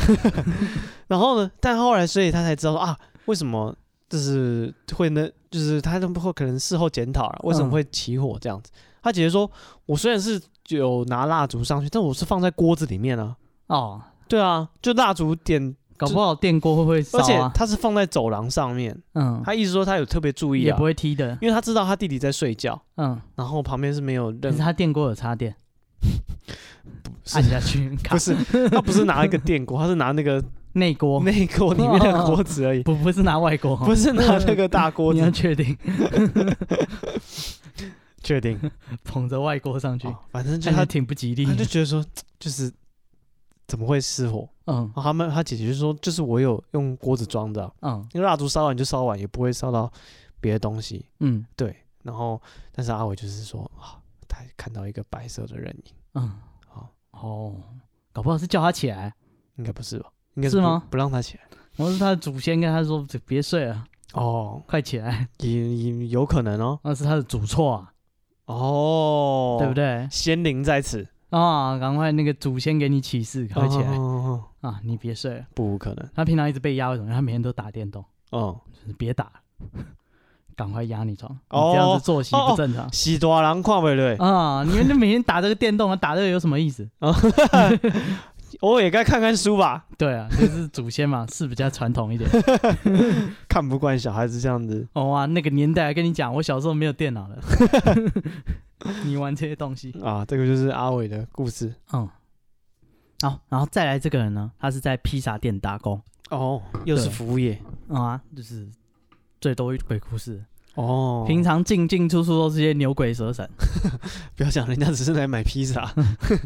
B: 然后呢，但后来所以他才知道说啊，为什么就是会呢？就是他都会可能事后检讨了，为什么
C: 嗯
B: 会起火这样子？他姐姐说，我虽然是有拿蜡烛上去，但我是放在锅子里面啊。
C: 哦，
B: 对啊，就蜡烛点，
C: 搞不好电锅会不会烧
B: 而且
C: 啊？
B: 他是放在走廊上面。
C: 嗯，
B: 他意思说他有特别注意
C: 也
B: 啊
C: 不，会踢的，
B: 因为他知道他弟弟在睡觉，
C: 嗯，
B: 然后旁边是没有
C: 但
B: 任
C: 是他电锅有插电，
B: 是
C: 按下 去，
B: 不是 他不是拿一个电锅，他是拿那个
C: 内 锅，
B: 内锅里面的锅子而已，
C: 不不是拿外锅，
B: 不是拿那个大锅
C: 你要
B: 子。
C: 确定
B: 确定？
C: 捧着外锅上去，
B: 哦反正就
C: 感
B: 他
C: 觉挺不吉利
B: 他。就觉得说，就是怎么会失火？
C: 嗯
B: 然后他们他姐姐就说，就是我有用锅子装的啊，
C: 嗯
B: 因为蜡烛烧完就烧完，也不会烧到别的东西。
C: 嗯
B: 对，然后但是阿伟就是说啊，他看到一个白色的人影，
C: 嗯，
B: 好
C: 哦，搞不好是叫他起来，
B: 应该不是吧？应该
C: 是
B: 不
C: 吗？
B: 不让他起来。
C: 我是他的祖先跟他说别睡了，
B: 哦，
C: 快起来，
B: 也也有可能哦。
C: 那是他的主错啊，
B: 哦，
C: 对不？对？
B: 仙灵在此，
C: 啊，赶快那个祖先给你启示，赶快起来、
B: 哦
C: 啊！你别睡了。
B: 不可能。
C: 他平常一直被压，为什么？因为他每天都打电动，
B: 嗯，
C: 就是别打了，赶快压你床。你
B: 哦
C: 这样子作息不正常、
B: 喜多郎跨尾对，
C: 啊！你们就每天打这个电动，打这个有什么意思？
B: 偶尔也该看看书吧，
C: 对啊，就是祖先嘛，是比较传统一点。
B: 看不惯小孩子这样子。
C: 哦啊，那个年代跟你讲，我小时候没有电脑的， 你玩这些东西。
B: 啊，这个就是阿伟的故事
C: 嗯，好，然后再来这个人呢，他是在披萨店打工。
B: 哦，又是
C: 对
B: 服务业
C: 嗯啊，就是最多鬼故事。
B: 哦
C: 平常进进出出都是些牛鬼蛇神，
B: 不要想人家只是来买披萨，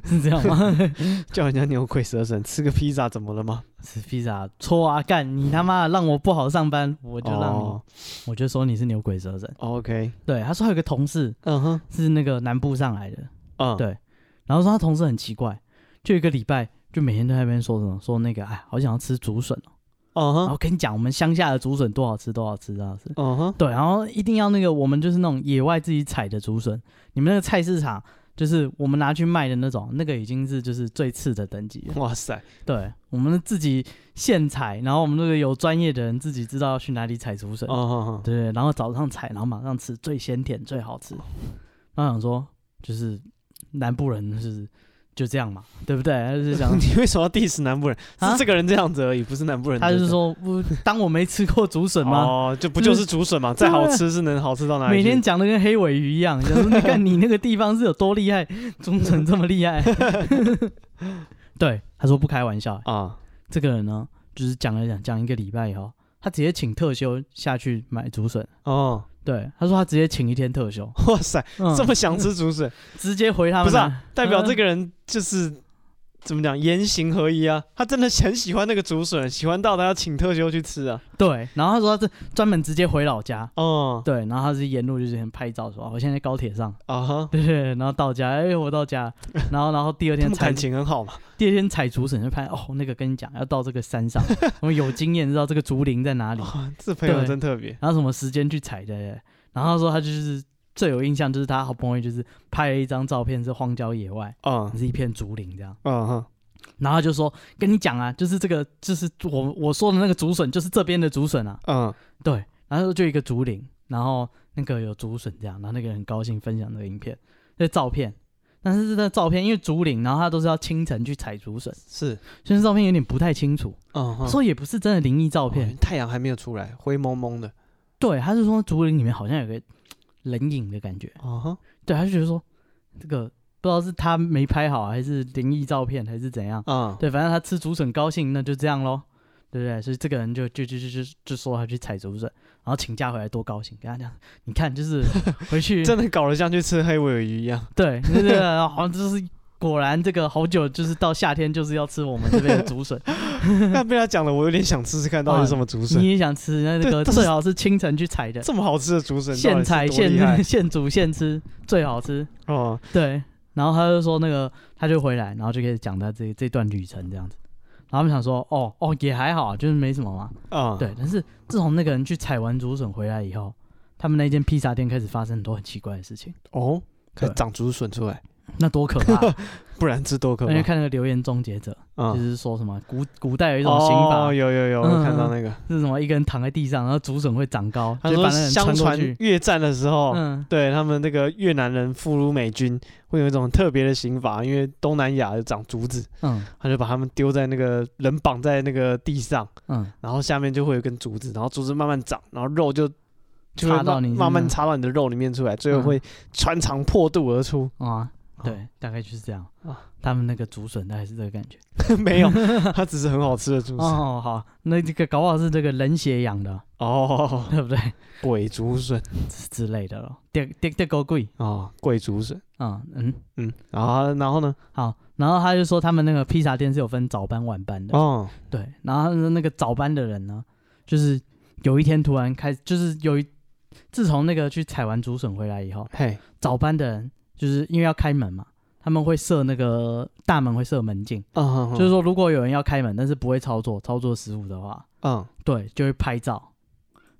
C: 是这样吗？
B: 叫人家牛鬼蛇神吃个披萨怎么了吗？
C: 吃披萨错啊！干你他妈的让我不好上班，我
B: 我
C: 就让你，
B: 哦
C: 我就说你是牛鬼蛇神。
B: OK，
C: 对，他说他有个同事
B: 嗯哼，
C: 是那个南部上来的，
B: 嗯，
C: 对然后说他同事很奇怪，就一个礼拜就每天都在那边说什么说那个哎，好想要吃竹笋
B: 嗯
C: 哦。然后
B: 哼，
C: 跟你讲，我们乡下的竹笋多好吃，多好吃，多好吃。
B: 嗯哼，
C: 对，然后一定要那个我们就是那种野外自己采的竹笋，你们那个菜市场就是我们拿去卖的那种，那个已经是就是最次的等级了。
B: 哇塞，
C: 对，我们自己现采，然后我们这个有专业的人自己知道要去哪里采竹笋，
B: 嗯哼哼，
C: 对然后早上采，然后马上吃，最鲜甜，最好吃。然后想说，就是南部人就是就这样嘛，对不对？他就是想
B: ，你为什么要 diss 南部人？
C: 啊
B: 是这个人这样子而已，不是南部人。
C: 他就是说，不，当我没吃过竹
B: 什
C: 笋吗？嗯
B: 么？哦，就不就是竹笋嘛，再好
C: 对啊
B: 吃啊是能好吃到哪里
C: 每
B: 去？
C: 天讲的跟黑尾鱼一样，想 说你看你那个地方是有多厉害， 中诚这么厉害。对，他说不开玩笑，
B: 啊，
C: 这个人呢就是讲了讲讲一个礼拜以后，他直接请特休下去买竹笋。
B: 哦，
C: 对，他说他直接请一天特休，
B: 哇塞，
C: 嗯
B: 这么想吃竹 笋，
C: 直接回他们
B: 不是
C: 那
B: 啊，代表
C: 嗯
B: 这个人就是怎么讲言行合一啊，他真的很喜欢那个竹笋，喜欢到他要请特休去吃啊。
C: 对，然后他说他是专门直接回老家，
B: 哦，
C: 对，然后他是沿路就是先拍照说，啊我现在在高铁上，
B: 啊哈，
C: 对对，然后到家，哎，我到家，然后然后 第二
B: 他
C: 天
B: 们
C: 采
B: 感，情很好嘛。
C: 第二天采竹笋就拍，哦，那个跟你讲要到这个山上，我们有经验知道这个竹林在哪里，
B: 哦，这朋友
C: 对
B: 真特别。
C: 然后什么时间去采的，对对然后他说他就是最有印象就是他好不容易就是拍了一张照片是荒郊野外，
B: 嗯
C: 是一片竹林这样，
B: 嗯哼，
C: 然后他就说跟你讲啊，就是这个就是我我说的那个竹笋就是这边的竹笋啊，
B: 嗯
C: 对，然后就一个竹林，然后那个有竹笋这样，然后那个人很高兴分享这个影片，那照片，但是这照片因为竹林，然后他都是要清晨去采竹笋，
B: 是，
C: 所以这照片有点不太清楚，
B: 嗯哼，
C: 说也不是真的灵异照片，
B: 哦太阳还没有出来，灰蒙蒙的。
C: 对，他是说竹林里面好像有个嘖人影的感觉，
B: 嗯哼，
C: 对，他就觉得说这个不知道是他没拍好还是灵异照片还是怎样，
B: 嗯，
C: 对，反正他吃竹笋高兴，那就这样喽，对不对？所以这个人就就就就就就说他去采竹笋，然后请假回来多高兴，跟他讲，你看就是 回 去
B: 真的搞得像去吃黑尾鱼一样。
C: 对对对，然后好像就是果然这个好久就是到夏天就是要吃我们这边的 竹笋，
B: 那被他讲了，我有点想吃吃看到底是什么竹笋
C: 你。也想吃那
B: 对
C: 个
B: 这是
C: 最好是清晨去采的，
B: 这么好吃的竹笋，
C: 现采
B: 到底是 多厉害
C: 现现煮现吃最好吃，
B: 哦，
C: 对。然后他就说那个他就回来，然后就开始讲他这这段旅程这样子，然后他们想说哦哦也还好，就是没什么嘛。
B: 啊，
C: 对，但是自从那个人去采完竹笋回来以后，他们那间披萨店开始发生很多很奇怪的事情，
B: 哦，开始
C: 对
B: 长竹笋出来，
C: 那 多可怕！
B: 不然吃多可
C: 因
B: 怕
C: 为看那个留言终结者，
B: 啊！
C: 就是说什么古古代有一
B: 一
C: 种刑法、
B: 哦，有有有，我看到
C: 嗯
B: 那个，
C: 是什么，一个人躺在地上，然后竹笋会长高，
B: 他
C: 就把
B: 说
C: 那个人
B: 相
C: 穿过
B: 传哦
C: 去。
B: 越战的时候，
C: 嗯，
B: 对他们那个越南人俘虏美军，会有一种特别的刑法，因为东南亚有长竹子，
C: 嗯
B: 他就把他们丢在那个人绑在那个地上，
C: 嗯，
B: 然后下面就会有一根竹子，然后竹子慢慢长，然后肉就。就
C: 插
B: 会
C: 到
B: 慢
C: 你
B: 慢慢
C: 身上
B: 插到你的肉里面出来，最后
C: 嗯
B: 会穿肠破肚而出。
C: 啊，
B: 哦
C: 对，大概就是这样
B: 啊。
C: 他们那个竹笋大概是这个感觉。
B: 没 有，它只是很好吃的竹笋。
C: 哦，好，那这个搞不好是这个人血养的，
B: 哦，
C: 对不对？
B: 鬼竹笋
C: 之之类的咯，电电电狗贵。
B: 哦，贵竹笋。
C: 嗯嗯，
B: 嗯，然后然后呢？
C: 好。然后他就说他们那个披萨店是有分早班晚班的。
B: 哦，
C: 对，然后那个早班的人呢，就是有一天突然开，就是有一自从那个去采完竹笋回来以后，
B: 嘿，
C: 早班的人就是因为要开门嘛，他们会设那个大门会设门禁，
B: 嗯，
C: 就是说如果有人要开门，但是不会操作操作失误的话，
B: 嗯
C: 对，就会拍照，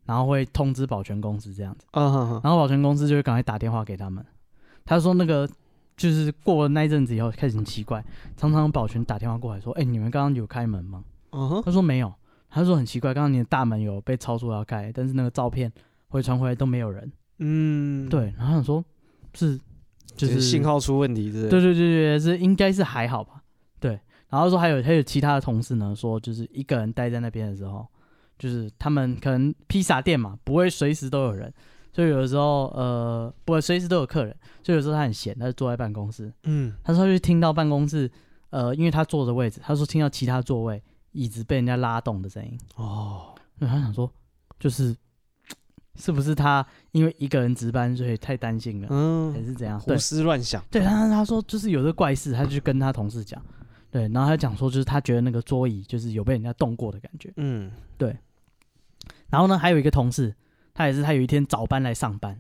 C: 然后会通知保全公司这样子，
B: 嗯嗯
C: 然后保全公司就会赶快打电话给他们。他说那个就是过了那一阵子以后开始很奇怪，常常保全打电话过来说，哎、你们刚刚有开门吗？
B: 嗯
C: 他说没有，他说很奇怪，刚刚你的大门有被操作要开，但是那个照片回传回来都没有人。
B: 嗯，，
C: 对，然后想说是
B: 就
C: 就
B: 是
C: 是
B: 信号出问题，
C: 对
B: 对，
C: 对对对，是应该是还好吧。对，然后说还有还有其他的同事呢，说就是一个人待在那边的时候，就是他们可能披萨店嘛，不会随时都有人，所以有的时候呃，不会随时都有客人，所以有时候他很闲，他就坐在办公室。
B: 嗯，
C: 他说他就听到办公室呃，因为他坐的位置，他说听到其他座位椅子被人家拉动的声音。
B: 哦，
C: 然后他想说，就是是不是他因为一个人值班，所以太担心了，还
B: 嗯，
C: 是怎样？对
B: 胡思乱想，
C: 对，他他说就是有这怪事，他就去跟他同事讲，对，然后他讲说就是他觉得那个桌椅就是有被人家动过的感觉。
B: 嗯
C: 然后呢，还有一个同事，他也是他有一天早班来上班，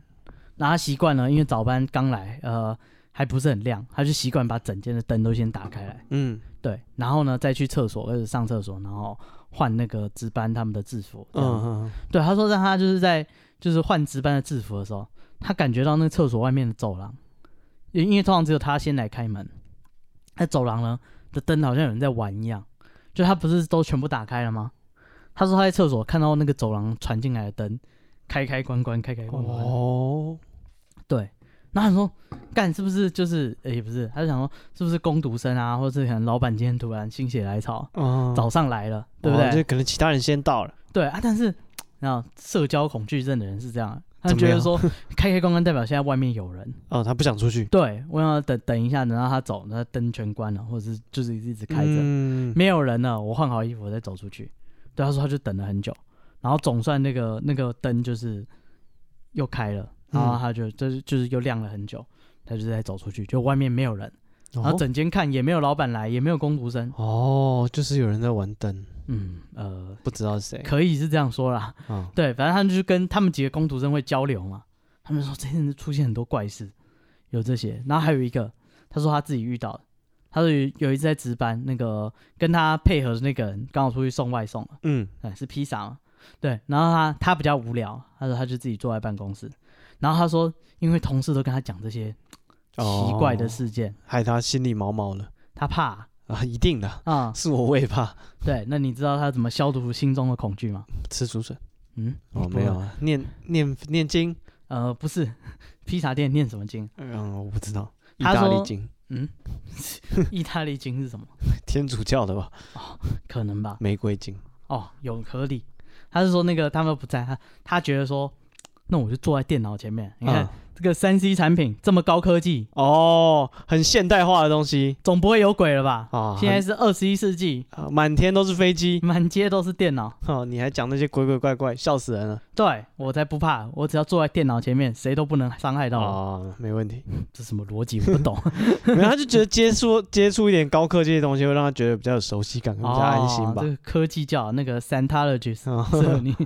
C: 然后他习惯了，因为早班刚来，呃。还不是很亮，他就习惯把整间的灯都先打开来，
B: 嗯
C: 对，然后呢再去厕所或者上厕所，然后换那个值班他们的制服，这样子
B: 嗯
C: 对，他说让他就是在就是换值班的制服的时候，他感觉到那个厕所外面的走廊，因因为通常只有他先来开门，那走廊呢的灯好像有人在玩一样，就他不是都全部打开了吗？他说他在厕所看到那个走廊传进来的灯开开关关开开
B: 嗯，
C: 关关，
B: 哦，
C: 对。然后他说：“干是不是就是呃也不是？”他就想说：“是不是工读生啊，或者是可能老板今天突然心血来潮，
B: 嗯，
C: 早上来了，对
B: 哦
C: 不对？
B: 就可能其他人先到了，
C: 对啊，但是然后社交恐惧症的人是这样，他
B: 怎么
C: 觉得
B: 样
C: 说开开关关代表现在外面有人，
B: 哦，他不想出去，
C: 对我要等等一下，等到他走，那灯全关了，或者是就是一直开着，
B: 嗯，
C: 没有人了，我换好衣服我再走出去。对，他说他就等了很久，然后总算那个那个灯就是又开了，然后
B: 嗯
C: 他就就是就是又亮了很久，他就再走出去，就外面没有人，然后
B: 哦
C: 整间看也没有老板来，也没有工读生，
B: 哦，就是有人在玩灯，
C: 嗯呃，
B: 不知道是谁
C: 可以是这样说啦，
B: 啊。
C: 对，反正他们就是跟他们几个工读生会交流嘛，他们说这些人出现很多怪事，有这些，然后还有一个，他说他自己遇到的，他说有有一次在值班，那个跟他配合的那个人刚好出去送外送嘛，
B: 嗯，
C: 哎，是披萨嘛，对，然后他他比较无聊，他说他就自己坐在办公室，然后他说因为同事都跟他讲这些奇怪的
B: 哦，
C: 事件，
B: 害他心里毛毛了
C: 他怕
B: 啊，一定的，
C: 啊、
B: 是我我也怕
C: 对，那你知道他怎么消除心中的恐惧吗？
B: 吃竹笋。
C: 嗯，
B: 哦，没有，啊，念念念经，
C: 呃，不是，披萨店念什么经？
B: 嗯，我不知道，意
C: 他
B: 大利
C: 说
B: 经，
C: 嗯， 意大利经是什么？
B: 天主教的吧，
C: 可能吧。
B: 玫瑰经。
C: 哦，有合理。他是说那个他们不在，他他觉得说，那我就坐在电脑前面。你看、
B: 嗯
C: 这个三 C 产品这么高科技，
B: 哦，很现代化的东西
C: 总不会有鬼了吧？
B: 啊，
C: 现在是二十一世纪，
B: 很啊满天都是飞机，
C: 满街都是电脑。
B: 哦，你还讲那些鬼鬼怪怪，笑死人了。
C: 对我才不怕，我只要坐在电脑前面，谁都不能伤害到我。
B: 哦，没问题。
C: 这什么逻辑？我不懂。
B: 没有，他就觉得接触接触一点高科技的东西，会让他觉得比较有熟悉感，会比较安心吧
C: 哦、这。个科技叫那个 Santologist，
B: 哦
C: 适 合你。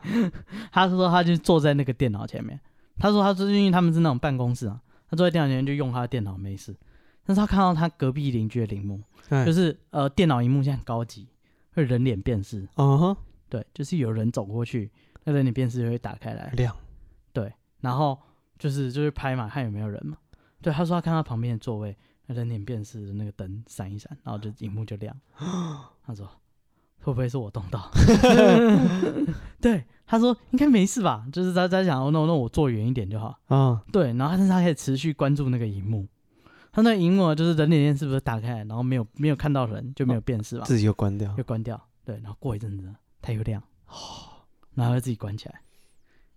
C: 他是说他就坐在那个电脑前面，他说他就是因为他们是那种办公室啊，他坐在电脑前面就用他的电脑没事。但是他看到他隔壁邻居的铃木，
B: 哎
C: 就是呃电脑荧幕现在很高级，会人脸辨识，
B: 嗯哼，
C: 对，就是有人走过去，那人脸辨识就会打开来，
B: 亮
C: 然后就是就是拍嘛，看有没有人嘛。对，他说他看到旁边的座位，那人脸辨识的那个灯闪一闪，然后就荧幕就亮。他说会不会是我动到？ 对，他说应该没事吧，就是他在想，哦，那那我坐远一点就好。
B: 啊，
C: 对，然后但是他开始持续关注那个荧幕，他那个荧幕啊就是人脸辨识不是打开来，然后没有没有看到人就没有辨识嘛，
B: 自己又关掉
C: 又。关掉。对，然后过一阵子它又亮， 然后又自己关起来，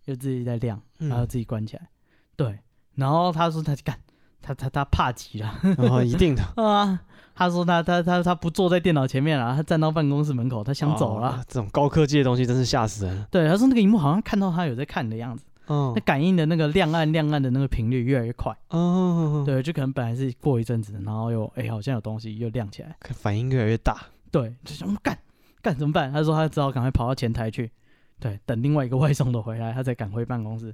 C: 又自己在亮。然后
B: 嗯，
C: 自己关起来。对，然后他说他干，他他他怕极了
B: 哦，一定的，
C: 啊！他说他他他他不坐在电脑前面了，啊他站到办公室门口，他想走了。
B: 哦这种高科技的东西真是吓死人了。
C: 对，他说那个荧幕好像看到他有在看的样子，
B: 嗯
C: 那感应的那个亮暗亮暗的那个频率越来越快。
B: 哦，，
C: 对，就可能本来是过一阵子，然后又哎、好像有东西又亮起来。
B: 看反应越来越大。
C: 对，就想干干怎么办？他说他只好赶快跑到前台去，对，等另外一个外送的回来，他才赶回办公室。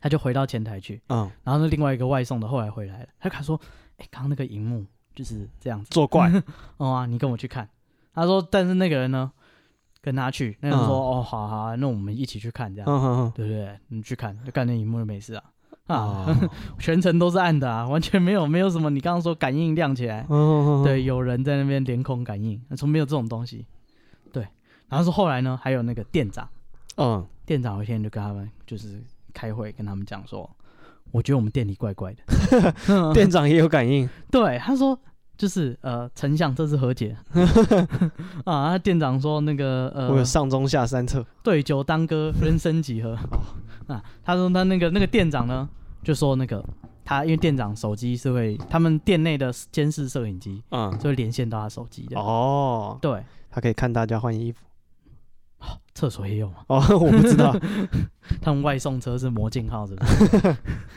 C: 他就回到前台去，
B: 嗯，
C: 然后那另外一个外送的后来回来了，他就看说，哎、刚刚那个荧幕就是这样子，
B: 作 怪。
C: 哦啊，你跟我去看。他说，但是那个人呢，跟他去，那个人说，哦，好啊好啊，那我们一起去看这样，
B: 嗯嗯
C: 对不对？你去看，就看那荧幕就没事啊。
B: 嗯，
C: 啊，全程都是暗的啊，完全没有没有什么。你刚刚说感应亮起来，
B: 哦，
C: 对，有人在那边脸孔感应，从没有这种东西。对，然后说后来呢，还有那个店长，
B: 嗯，
C: 店长有一天就跟他们就是开会，跟他们讲说，我觉得我们店里怪怪的。嗯
B: 店长也有感应。
C: 对，他说就是呃，丞相这次 和解啊，他店长说那个
B: 我有
C: 呃，
B: 上中下三策。
C: 对酒当歌，人生几何
B: 哦
C: 啊？他说他那个那个店长呢，就说那个他因为店长手机是会，他们店内的监视摄影机
B: 嗯，
C: 就会连线到他手机的。
B: 哦，
C: 对，
B: 他可以看大家换衣服。
C: 厕所也有嘛，
B: 哦， 我不知道，
C: 他们外送车是魔镜号是不 是？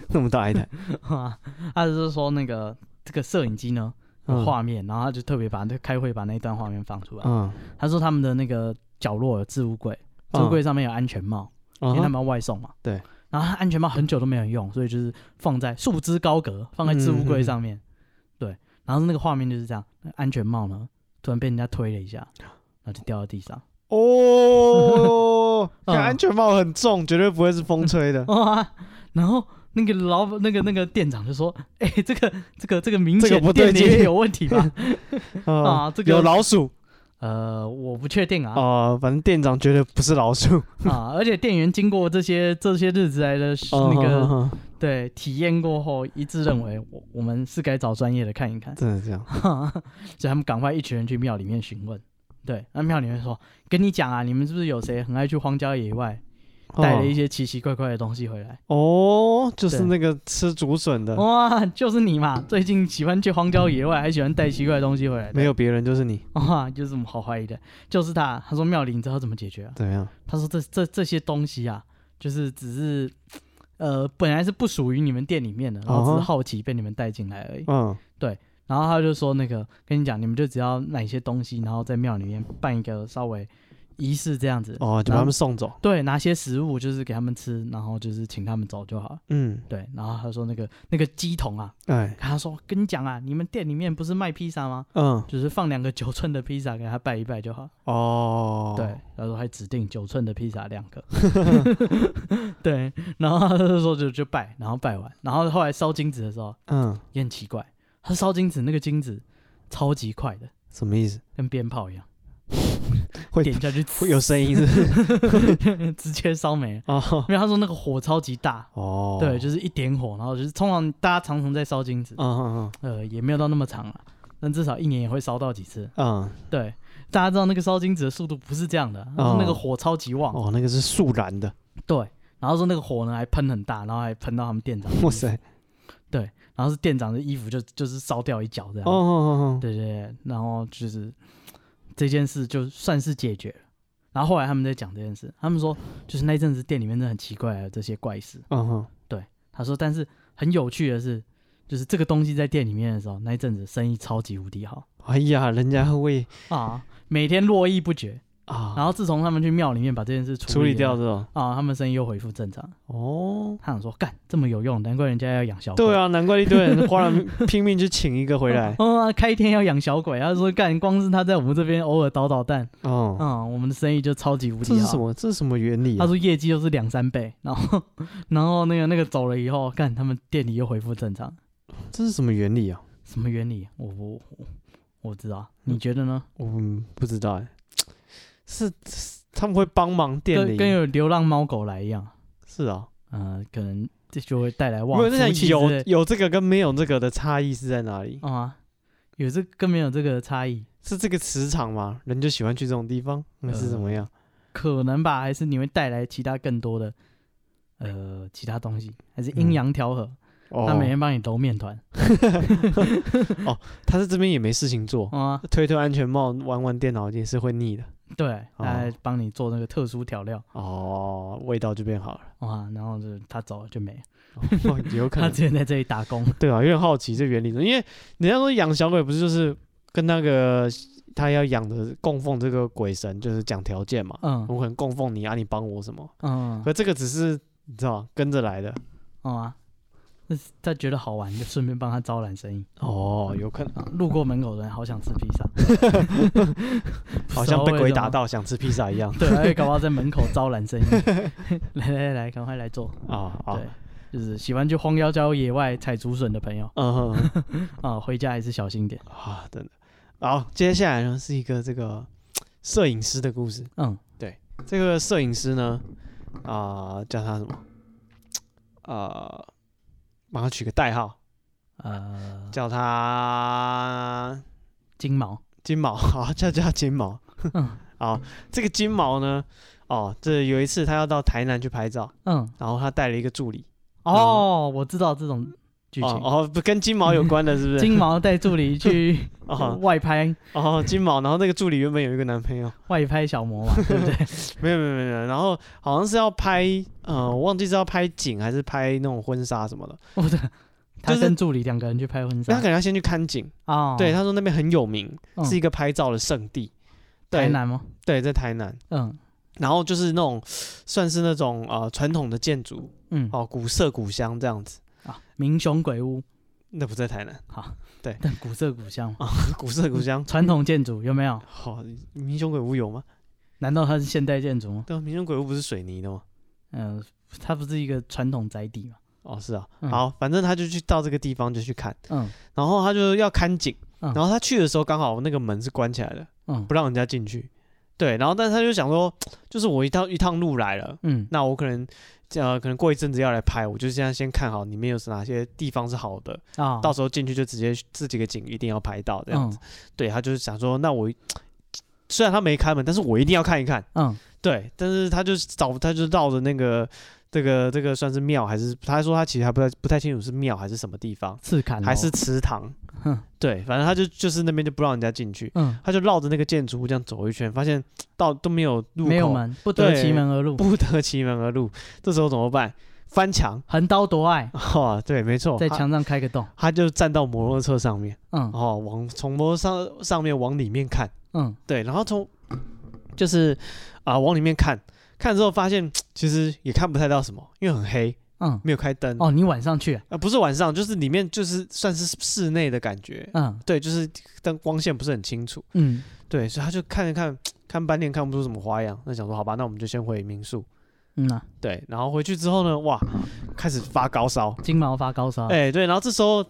B: 那么大一台。
C: 啊他就是说那个这个摄影机呢。有
B: 嗯
C: 画面，然后他就特别把那开会把那一段画面放出来。
B: 嗯，
C: 他说他们的那个角落有置物柜，置物柜上面有安全帽，
B: 嗯，
C: 因为
B: 嗯
C: 他们要外送嘛。
B: 对。
C: 然后他安全帽很久都没有用，所以就是放在束之高阁，放在置物
B: 嗯
C: 柜上面。对。然后那个画面就是这样，那安全帽呢突然被人家推了一下，然后就掉到地上。
B: 哦，
C: 嗯
B: 看安全帽很重，绝对不会是风吹的。
C: 哇、然后那个老板那个那个店长就说：“哎、这个这个这个明
B: 这
C: 显
B: 个不对
C: 店里
B: 劲
C: 面有问题 吧？
B: 啊，
C: 啊，这个
B: 有老鼠
C: 呃，我不确定啊
B: 啊，反正店长觉得不是老鼠。
C: 啊，而且店员经过这些这些日子来的
B: 哦
C: 那个
B: 个
C: 对，体验过后一致认为我我们是该找专业的看一看，
B: 真的这样，
C: 所以他们赶快一群人去庙里面询问。对，那庙里面说，跟你讲啊，你们是不是有谁很爱去荒郊野外带了一些奇奇怪怪的东西回来。
B: 哦，就是
C: 对哦
B: 那个吃竹笋的，
C: 哇，就是你嘛！最近喜欢去荒郊野外，还喜欢带奇怪的东西回来的。
B: 没有别人就是你，
C: 哇，有什么好怀疑的？就是他。他说妙玲，你知道怎么解决啊？
B: 怎么样？
C: 他说这这这些东西啊，就是只是呃本来是不属于你们店里面的，然后只
B: 哦
C: 是好奇被你们带进来而已。
B: 嗯，
C: 然后他就说那个跟你讲，你们就只要买一些东西，然后在庙里面办一个稍微仪式这样子。
B: 哦，就把
C: 然后
B: 他们送走。
C: 对，拿些食物就是给他们吃，然后就是请他们走就好了。
B: 嗯，
C: 对，然后他说那个那个鸡桶啊，
B: 哎，
C: 他说跟你讲啊，你们店里面不是卖披萨吗？
B: 嗯，
C: 就是放两个九寸的披萨给他拜一拜就好。
B: 哦，
C: 对，，他说还指定九寸的披萨两 个。对，然后他就说就就拜，然后拜完，然后后来烧金纸的时候
B: 嗯，
C: 也很奇怪，他烧金纸那个金纸超级快的，
B: 什么意思？
C: 跟鞭炮一样，
B: 会
C: 点下去
B: 会有声音是不是？
C: 直接烧没了。
B: 哦，
C: 因为他说那个火超级大，
B: 哦，
C: 对，就是一点火，然后就是通常大家常常在烧金纸，
B: 嗯嗯
C: 呃，也没有到那么长了，但至少一年也会烧到几次。
B: 嗯，
C: 对，大家知道那个烧金纸的速度不是这样的，他说那个火超级旺，
B: 哦，那个是速燃的，
C: 对，然后说那个火呢还喷很大，然后还喷到他们店长，
B: 哇塞，
C: 然后是店长的衣服就就是烧掉一角这样，
B: 哦哦哦，
C: 对对对，然后就是这件事就算是解决了。然后后来他们在讲这件事，他们说就是那一阵子店里面真的很奇怪啊的这些怪事。
B: 嗯哼，
C: 他说，但是很有趣的是，就是这个东西在店里面的时候，那一阵子生意超级无敌好
B: 哎呀，人家会
C: 啊，每天络绎不绝。然
B: 啊
C: 后自从他们去庙里面把这件事
B: 处
C: 处
B: 理
C: 理
B: 掉
C: 了
B: 这种，
C: 啊，他们生意又恢复正常。
B: 哦。
C: 他想说，干这么有用，难怪人家要养小鬼。
B: 对啊，难怪一堆人花了命 拼命去请一个回来。
C: 嗯、 啊开店要养小鬼，他说干，光是他在我们这边偶尔捣捣蛋，
B: 哦，
C: 嗯，我们的生意就超级无
B: 这
C: 敌
B: 是
C: 好。
B: 什么？这是什么原理啊
C: 他？说业绩又是两三倍，然后然后那个那个走了以后，干他们店里又恢复正常，
B: 这是什么原理啊？
C: 什么原理？我我我我知道，
B: 嗯
C: 你觉得呢？
B: 我们不知道哎，是是他们会帮忙店
C: 跟
B: 里
C: 跟有流浪猫狗来一样，
B: 是啊？
C: 呃，可能这就会带来
B: 没
C: 旺
B: 有，在
C: 夫
B: 想
C: 气
B: 有
C: 之类
B: 有这个跟没有这个的差异是在哪里？
C: 啊，有这跟没有这个差异，
B: 是这个磁场吗？人就喜欢去这种地方，还
C: 呃
B: 是怎么样？
C: 可能吧？还是你会带来其他更多的呃其他东西，还是阴
B: 嗯
C: 阳调和？他
B: 哦，
C: 每天帮你揉面团
B: 他在这边也没事情做，
C: 啊，
B: 推推安全帽，玩玩电脑也是会腻的。
C: 对，
B: 哦
C: 来帮你做那个特殊调料
B: 哦，味道就变好 了，
C: 啊，然后就他走了就没了，
B: 哦、有可
C: 他
B: 能
C: 之前在这里打工。
B: 对啊，有点好奇这原理，因为人家说养小鬼不是就是跟那个他要养的供奉这个鬼神就是讲条件嘛，
C: 嗯
B: 我可能供奉你啊，你帮我什么？
C: 嗯
B: 可这个只是你知道跟着来的
C: 嗯啊，那是他觉得好玩，就顺便帮他招揽生意。
B: 哦，有可能
C: 啊路过门口的人好想吃披萨，
B: 好像被鬼打到想吃披萨一样
C: 对，而哎且搞不好在门口招揽生意。 来来来，赶快来做。
B: 啊啊
C: 对，，就是喜欢去荒郊郊野外采竹笋的朋友
B: 嗯
C: 啊，回家还是小心点。
B: 啊，真的。好，接下来呢是一个这个摄影师的故事。
C: 嗯
B: 这个摄影师呢，啊、叫他什么？啊、帮他取个代号，
C: 呃，
B: 叫他
C: 金毛，
B: 金毛，好，叫叫他金毛。
C: 嗯
B: 好，这个金毛呢，哦，这有一次他要到台南去拍照，
C: 嗯，
B: 然后他带了一个助理，
C: 哦，我知道这种剧情。
B: 嗯哦哦，不跟金毛有关的，是不是？
C: 金毛带助理去
B: 哦
C: 外拍
B: 哦，金毛，然后那个助理原本有一个男朋友，
C: 外拍小魔嘛，对不对？
B: 没有没有没有没有，然后好像是要拍，呃，我忘记是要拍景还是拍那种婚纱什么的，
C: 我的，他
B: 就是
C: 跟助理两个人去拍婚
B: 那他
C: 纱
B: 可能要先去看景，
C: 啊。
B: 对，他说那边很有名，
C: 嗯
B: 是一个拍照的圣地。对
C: 台，南吗？
B: 对，在台南。
C: 嗯
B: 然后就是那种，算是那种呃传统的建筑
C: 嗯，
B: 哦，古色古香这样子。
C: 啊，民雄鬼屋，
B: 那不在台南，
C: 但古色古香嘛，
B: 古色古香。
C: 传统建筑有没有？
B: 好、民雄鬼屋有吗？
C: 难道它是现代建筑吗？
B: 对啊，民雄鬼屋不是水泥的吗？
C: 嗯，它不是一个传统宅邸嘛？
B: 哦，是啊。
C: 嗯
B: 好，反正他就去到这个地方就去看，
C: 嗯
B: 然后他就要看景，
C: 嗯
B: 然后他去的时候刚好那个门是关起来的，
C: 嗯
B: 不让人家进去。对，然后但是他就想说，就是我一趟一趟路来了，
C: 嗯
B: 那我可能呃可能过一阵子要来拍，我就现在先看好里面有哪些地方是好的，
C: 啊，
B: 到时候进去就直接这几个景一定要拍到这样子。
C: 嗯
B: 对，他就是想说，那我虽然他没开门，但是我一定要看一看。
C: 嗯，
B: 对，但是他就找他就绕着那个这个这个算是庙还是他说他其实还不太不太清楚是庙还是什么地方，
D: 刺砍
B: 还
D: 哦
B: 是祠堂。
C: 哼
B: 对，反正他就就是那边就不让人家进去，
C: 嗯，
B: 他就绕着那个建筑物这样走一圈，发现到都没有入口，
C: 没有门，不得
B: 对
C: 其门而入，
B: 不得其门而入。这时候怎么办？翻墙。
C: 横刀夺爱，
B: 哦，对，没错，
C: 在
B: 他
C: 墙上开个洞。
B: 他就站到摩托车上面，
C: 嗯
B: 哦，往从摩托上上面往里面看，
C: 嗯，
B: 对，然后从就是啊、往里面看，看之后发现其实也看不太到什么，因为很黑，
C: 嗯，
B: 没有开灯。
C: 哦，你晚上去啊，
B: 呃，不是晚上，就是里面就是算是室内的感觉，
C: 嗯
B: 对，就是灯光线不是很清楚，
C: 嗯，
B: 对，所以他就看一看，看半天看不出什么花样，那想说好吧，那我们就先回民宿，
C: 嗯啊，
B: 对，然后回去之后呢，哇，开始发高烧，
C: 金毛发高烧，
B: 哎、对，然后这时候，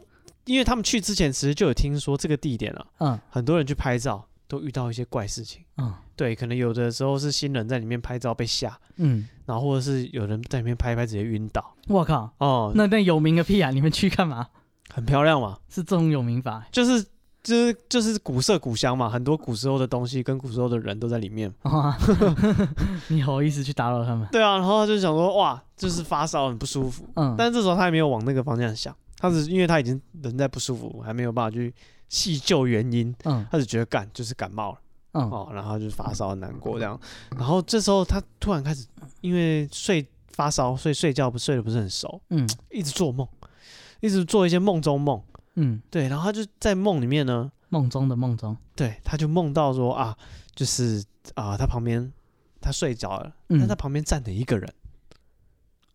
B: 因为他们去之前其实就有听说这个地点啊，
C: 嗯
B: 很多人去拍照都遇到一些怪事情。
C: 嗯
B: 对，可能有的时候是新人在里面拍照被吓，
C: 嗯，
B: 然后或者是有人在里面拍一拍直接晕倒。
C: 我靠，
B: 哦，
C: 那那有名个屁啊！你们去干嘛？
B: 很漂亮嘛，
C: 是这种有名法欸、
B: 就是就是就是古色古香嘛，很多古时候的东西跟古时候的人都在里面。
C: 哇哦 你好意思去打扰他们？
B: 对啊，然后他就想说哇，就是发烧很不舒服，
C: 嗯，
B: 但是这时候他也没有往那个方向想，他只是因为他已经人在不舒服，还没有办法去细究原因，
C: 嗯
B: 他只觉得干就是感冒了。
C: 嗯
B: 哦，然后就发烧很难过这样，然后这时候他突然开始因为睡发烧，所以睡觉不睡得不是很熟，
C: 嗯
B: 一直做梦，一直做一些梦中梦，
C: 嗯，
B: 对，然后他就在梦里面呢，
C: 梦中的梦中，
B: 对，他就梦到说啊，就是啊、他旁边他睡着了，
C: 嗯
B: 但他旁边站着一个人，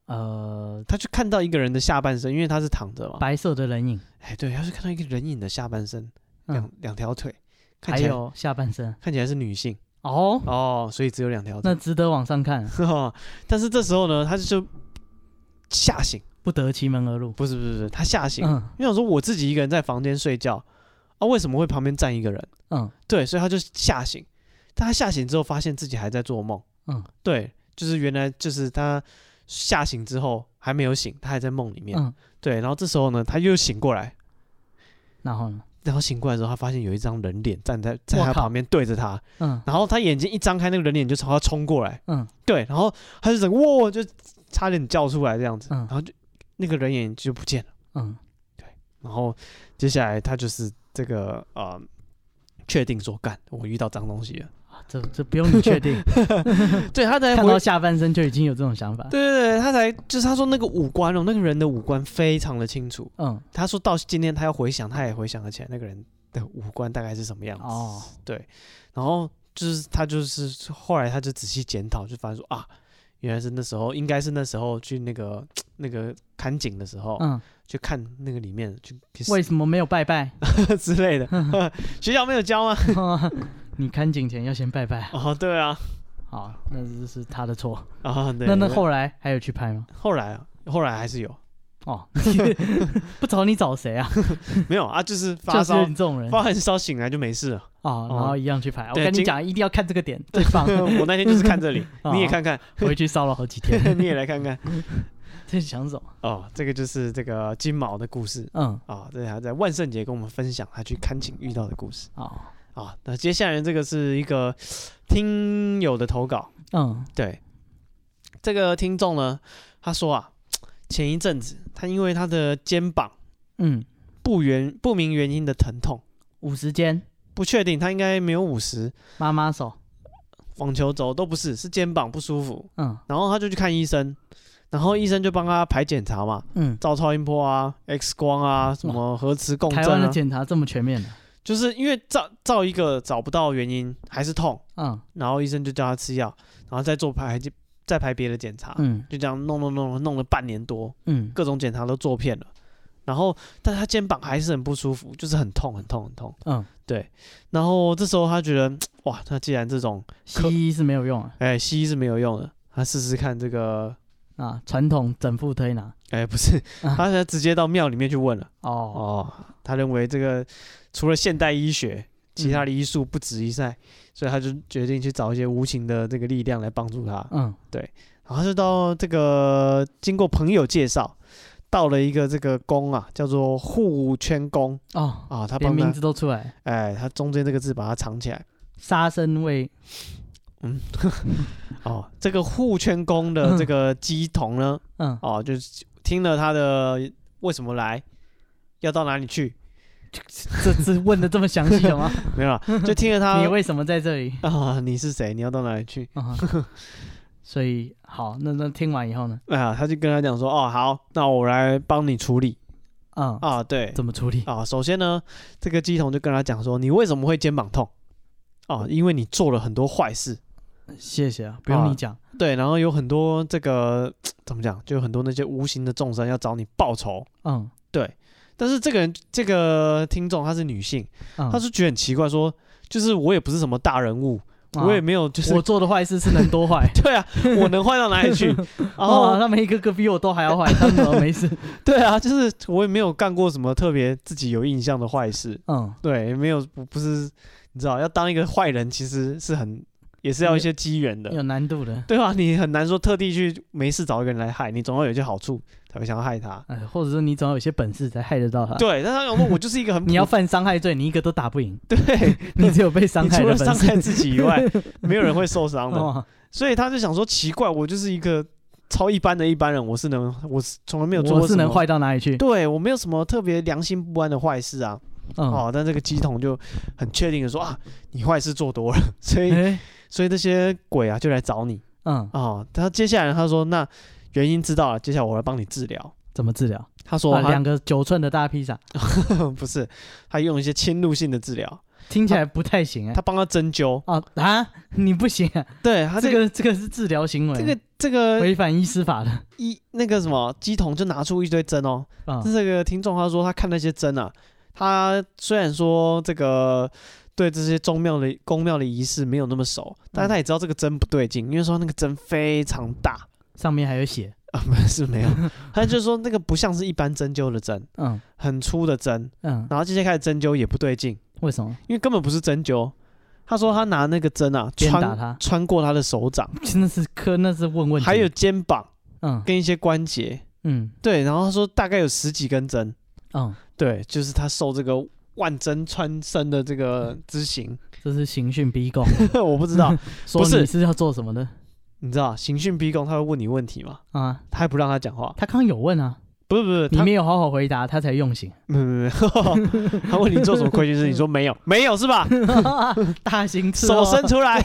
C: 呃，
B: 他就看到一个人的下半身，因为他是躺着嘛，
C: 白色的人影，
B: 哎，对，他就看到一个人影的下半身，两、
C: 嗯，
B: 两条腿，看
C: 还
B: 起来
C: 有下半身。
B: 看起来是女性
C: 哦，
B: 哦，所以只有两条腿。
C: 那值得往上看，
B: 但是这时候呢，他就吓醒，
C: 不得其门而入。
B: 不是不是不是，他吓醒，
C: 嗯
B: 因为我说我自己一个人在房间睡觉啊，为什么会旁边站一个人？
C: 嗯
B: 对，所以他就吓醒。但他吓醒之后，发现自己还在做梦。
C: 嗯，
B: 对，就是原来就是他吓醒之后还没有醒，他还在梦里面。
C: 嗯，
B: 对，然后这时候呢，他又醒过来，
C: 然后呢？
B: 然后醒过来之后，他发现有一张人脸站在在他
C: 我靠
B: 旁边对着他，
C: 嗯
B: 然后他眼睛一张开，那个人脸就朝他冲过来。
C: 嗯，
B: 对，然后他就整个哇，就差点叫出来这样子，
C: 嗯
B: 然后就那个人影就不见了。
C: 嗯
B: 然后接下来他就是这个呃，确定说干，我遇到脏东西了。
C: 啊这这不用你 确定，
B: 对他才
C: 看
B: 回
C: 到，下半身就已经有这种想法。
B: 对对对，他才就是他说那个五官哦，那个人的五官非常的清楚。
C: 嗯，
B: 他说到今天他要回想，他也回想得起来那个人的五官大概是什么样子。
C: 哦，
B: 然后就是他就是后来他就仔细检讨，就发现说啊，原来是那时候应该是那时候去那个那个看景的时候，
C: 嗯，
B: 去看那个里面去去
C: 为什么没有拜拜？
B: 之类的，
C: 嗯
B: 学校没有教吗？
C: 你看景前要先拜拜。
B: 哦，对啊，
C: 好，那这是他的错。
B: 啊，对，
C: 那那
B: 对
C: 后来还有去拍吗？
B: 后来啊，后来还是有，
C: 哦， 不找你找谁啊？
B: 没有啊，就是 发
C: 就是
B: 烧，
C: 你这种人
B: 发完烧醒来就没 事了。
C: 哦，然后一样去拍。我
B: 对
C: 跟你
B: 今
C: 讲，一定要看这个点， 最棒。
B: 我那天就是看这里，
C: 哦
B: 你也看看，
C: 回去烧了好几天，
B: 你也来看看。
C: 在想什么？
B: 哦，这个就是这个金毛的故事
C: 嗯，
B: 啊，这是他在万圣节跟我们分享他去看景遇到的故事
C: 哦，
B: 啊。那接下来这个是一个听友的投稿，
C: 嗯
B: 对，这个听众呢，他说啊，前一阵子他因为他的肩膀
C: 嗯，
B: 不原不明原因的疼痛，
C: 五十肩，
B: 不确定他应该没有五十，
C: 妈妈手，
B: 网球肘都不是，是肩膀不舒服。
C: 嗯
B: 然后他就去看医生，然后医生就帮他排检查嘛，
C: 嗯。
B: 照超音波啊、X 光啊、什么核磁共
C: 台湾
B: 振
C: 的
B: 啊，
C: 检查这么全面的，
B: 就是因为照照一个找不到原因，还是痛，
C: 嗯
B: 然后医生就叫他吃药，然后再做排检再排别的检查，
C: 嗯
B: 就这样弄弄弄弄了半年多，
C: 嗯
B: 各种检查都做遍了。然后，但他肩膀还是很不舒服，就是很痛，很痛，很痛。
C: 嗯，
B: 然后这时候他觉得，哇，那既然这种，
C: 西医是没有用啊，
B: 哎，西医是没有用的，他试试看这个
C: 啊，传统整副推拿，
B: 哎、不是，
C: 啊
B: 他才直接到庙里面去问了。
C: 哦，
B: 哦，他认为这个除了现代医学，其他的医术不值一赛，所以他就决定去找一些无形的这个力量来帮助他。
C: 嗯
B: 然后他就到这个经过朋友介绍，到了一个这个宫啊，叫做护圈宫
C: 哦，
B: 啊，他
C: 连
B: 帮
C: 名
B: 他
C: 字都出来，
B: 哎，他中间这个字把它藏起来，
C: 杀生为
B: 哦，这个护圈功的这个鸡童呢，
C: 嗯，
B: 哦，就是听了他的为什么来，要到哪里去，
C: 这次问的这么详细 了吗？
B: 没有啦，就听了他
C: 你为什么在这 里？
B: 啊，你是谁？你要到哪里去？
C: 啊，所以好，那那听完以后呢？
B: 啊，他就跟他讲说，哦，好，那我来帮你处理
C: 嗯，
B: 啊，对
E: 怎么处理？
B: 啊，首先呢，这个鸡童就跟他讲说，你为什么会肩膀痛？哦，因为你做了很多坏事，
C: 谢谢啊，不用你讲。
B: 对，然后有很多这个怎么讲，就有很多那些无形的众生要找你报仇，
C: 嗯
B: 对。但是这个人，这个听众她是女性，
C: 嗯，
B: 她是觉得很奇怪说就是我也不是什么大人物，
C: 啊
B: 我也没有就是？
C: 我做的坏事是能多坏
B: 对啊，我能坏到哪 里去？然
C: 哦，
B: 后
C: 他们一个个比我都还要坏，他们怎么 没事？
B: 对啊，就是我也没有干过什么特别自己有印象的坏事，
C: 嗯，
B: 对，没有不不是你知道，要当一个坏人其实是很也是要一些机缘的，
C: 有难度的。
B: 对吧、你很难说特地去没事找一个人来害你，总要有一些好处才会想要害他。
C: 哎，或者说你总要有些本事才害得到他。
B: 对，啊但他想说，我就是一个很
C: 你要
B: 普
C: 犯伤害罪，你一个都打不赢，
B: 对，
C: 你只有被伤
B: 你
C: 害
B: 除
C: 的
B: 了伤
C: 本事。
B: 害自己以外，没有人会受伤的。
C: 哦，
B: 所以他就想说，奇怪，我就是一个超一般的一般人，我是能，我是从来没有做
C: 我
B: 过
C: 是
B: 什
C: 能
B: 么，
C: 坏到哪里去？
B: 对我没有什么特别良心不安的坏事啊。
C: 嗯，
B: 哦，但这个鸡童就很确定的说啊，你坏事做多了，所以
C: 哎，
B: 所以这些鬼啊就来找你
C: 嗯，
B: 哦。他接下来他说，那原因知道了，接下来我来帮你治疗。
C: 怎么治疗？
B: 他说
C: 哇，
B: 他、
C: 哦两个九寸的大披萨，
B: 不是，他用一些侵入性的治疗，
C: 听起来不太行哎
B: 他。帮他针灸。
C: 哦啊，你不行啊！
B: 对他
C: 这
B: 这个
C: 个这个是治疗行为，
B: 这个这个
C: 违反医师法的。
B: 一那个什么鸡童就拿出一堆针哦。
C: 啊
B: 这个听众他说他看那些针啊，他虽然说这个。对这些宗庙的宫庙的仪式没有那么熟，
C: 嗯
B: 但是他也知道这个针不对劲，因为说那个针非常大，
C: 上面还有血。
B: 啊，不是没有，他就说那个不像是一般针灸的针，
C: 嗯
B: 很粗的针，
C: 嗯，
B: 然后接下来开始针灸也不对劲，
C: 为什么？
B: 因为根本不是针灸。他说他拿那个针啊，
C: 鞭打
B: 穿
C: 他，
B: 穿过他的手掌，
C: 真的是科，那是问问题。
B: 还有，肩膀
C: 嗯
B: 跟一些关节，
C: 嗯
B: 对，然后他说大概有十几根针，
C: 嗯，
B: 对，就是他受这个万针穿身的这个之刑，
C: 这是刑讯逼供，
B: 我不知 道，
C: 说
B: 不是
C: 你是要做什么的
B: 你知道刑讯逼供他会问你问题吗？
C: 啊？
B: 他还不让他讲话，
C: 他刚有问啊，
B: 不是不是，
C: 你
B: 他
C: 没有好好回答，他才 用刑。
B: 没有没有，没 有他问你做什么亏心事，你说没有没有是 吧？
C: 大型刺
B: 手
C: 哦
B: 伸出来，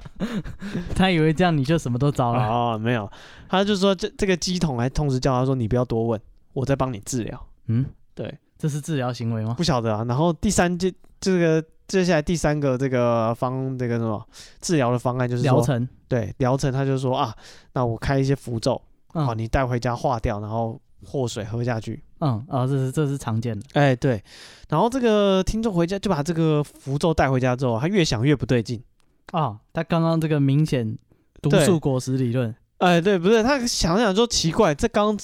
C: 他以为这样你就什么都招了。
B: 哦，没有，他就说这这个鸡桶还同时叫他说你不要多问，我在帮你治疗。
C: 嗯，
B: 对，
C: 这是治疗行为吗？
B: 不晓得啊。然后第三这这个接下来第三个这个方这个什么治疗的方案就是说
C: 疗程。
B: 对疗程，他就说啊，那我开一些符咒，好、
C: 嗯
B: 你带回家化掉，然后和水喝下去。
C: 嗯哦，这是这是常见的。
B: 哎，对，然后这个听众回家就把这个符咒带回家之后，他越想越不对劲。
C: 哦，他刚刚这个明显毒
B: 对
C: 素果实理论。
B: 哎，对，不是他想想说奇怪，这刚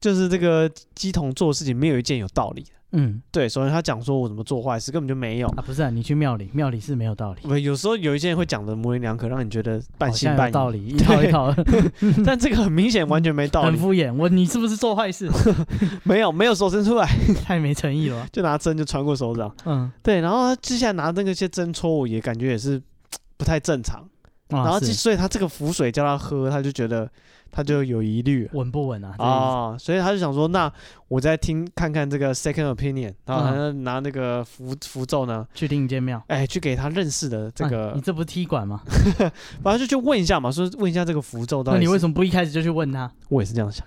B: 就是这个鸡桶做的事情没有一件有道理。
C: 嗯
B: 对，首先他讲说我怎么做坏事，根本就没有。
C: 啊，不是啊，你去庙里，模拟是没有道理，
B: 不，有时候有一些人会讲的模棱两可，让你觉得半
C: 好
B: 信
C: 像有
B: 半
C: 道
B: 疑，
C: 理，一套一套的，
B: 但这个很明显完全没道
C: 很
B: 理，
C: 敷衍。我你是不是做 坏事？
B: 没有没有手伸出来，
C: 太没诚意了吧。
B: 就拿针就穿过手掌。
C: 嗯，
B: 对，然后他之前拿那个些针戳我，也感觉也是不太正常。然
C: 然
B: 后之所以他这个符水叫他喝，他就觉得他就有疑虑了。
C: 稳不稳啊？啊，
B: 啊、所以他就想说，那我再听看看这个 second opinion，然
C: 嗯
B: 后他就拿那个符符咒呢，
C: 去另一间庙。
B: 哎，去给他认识的这
C: 啊
B: 个
C: 你，这不是踢馆吗？
B: 反正就去问一下嘛，说问一下这个符咒到
C: 那
B: 底。
C: 你为什么不一开始就去问他？
B: 么？我也是这样想。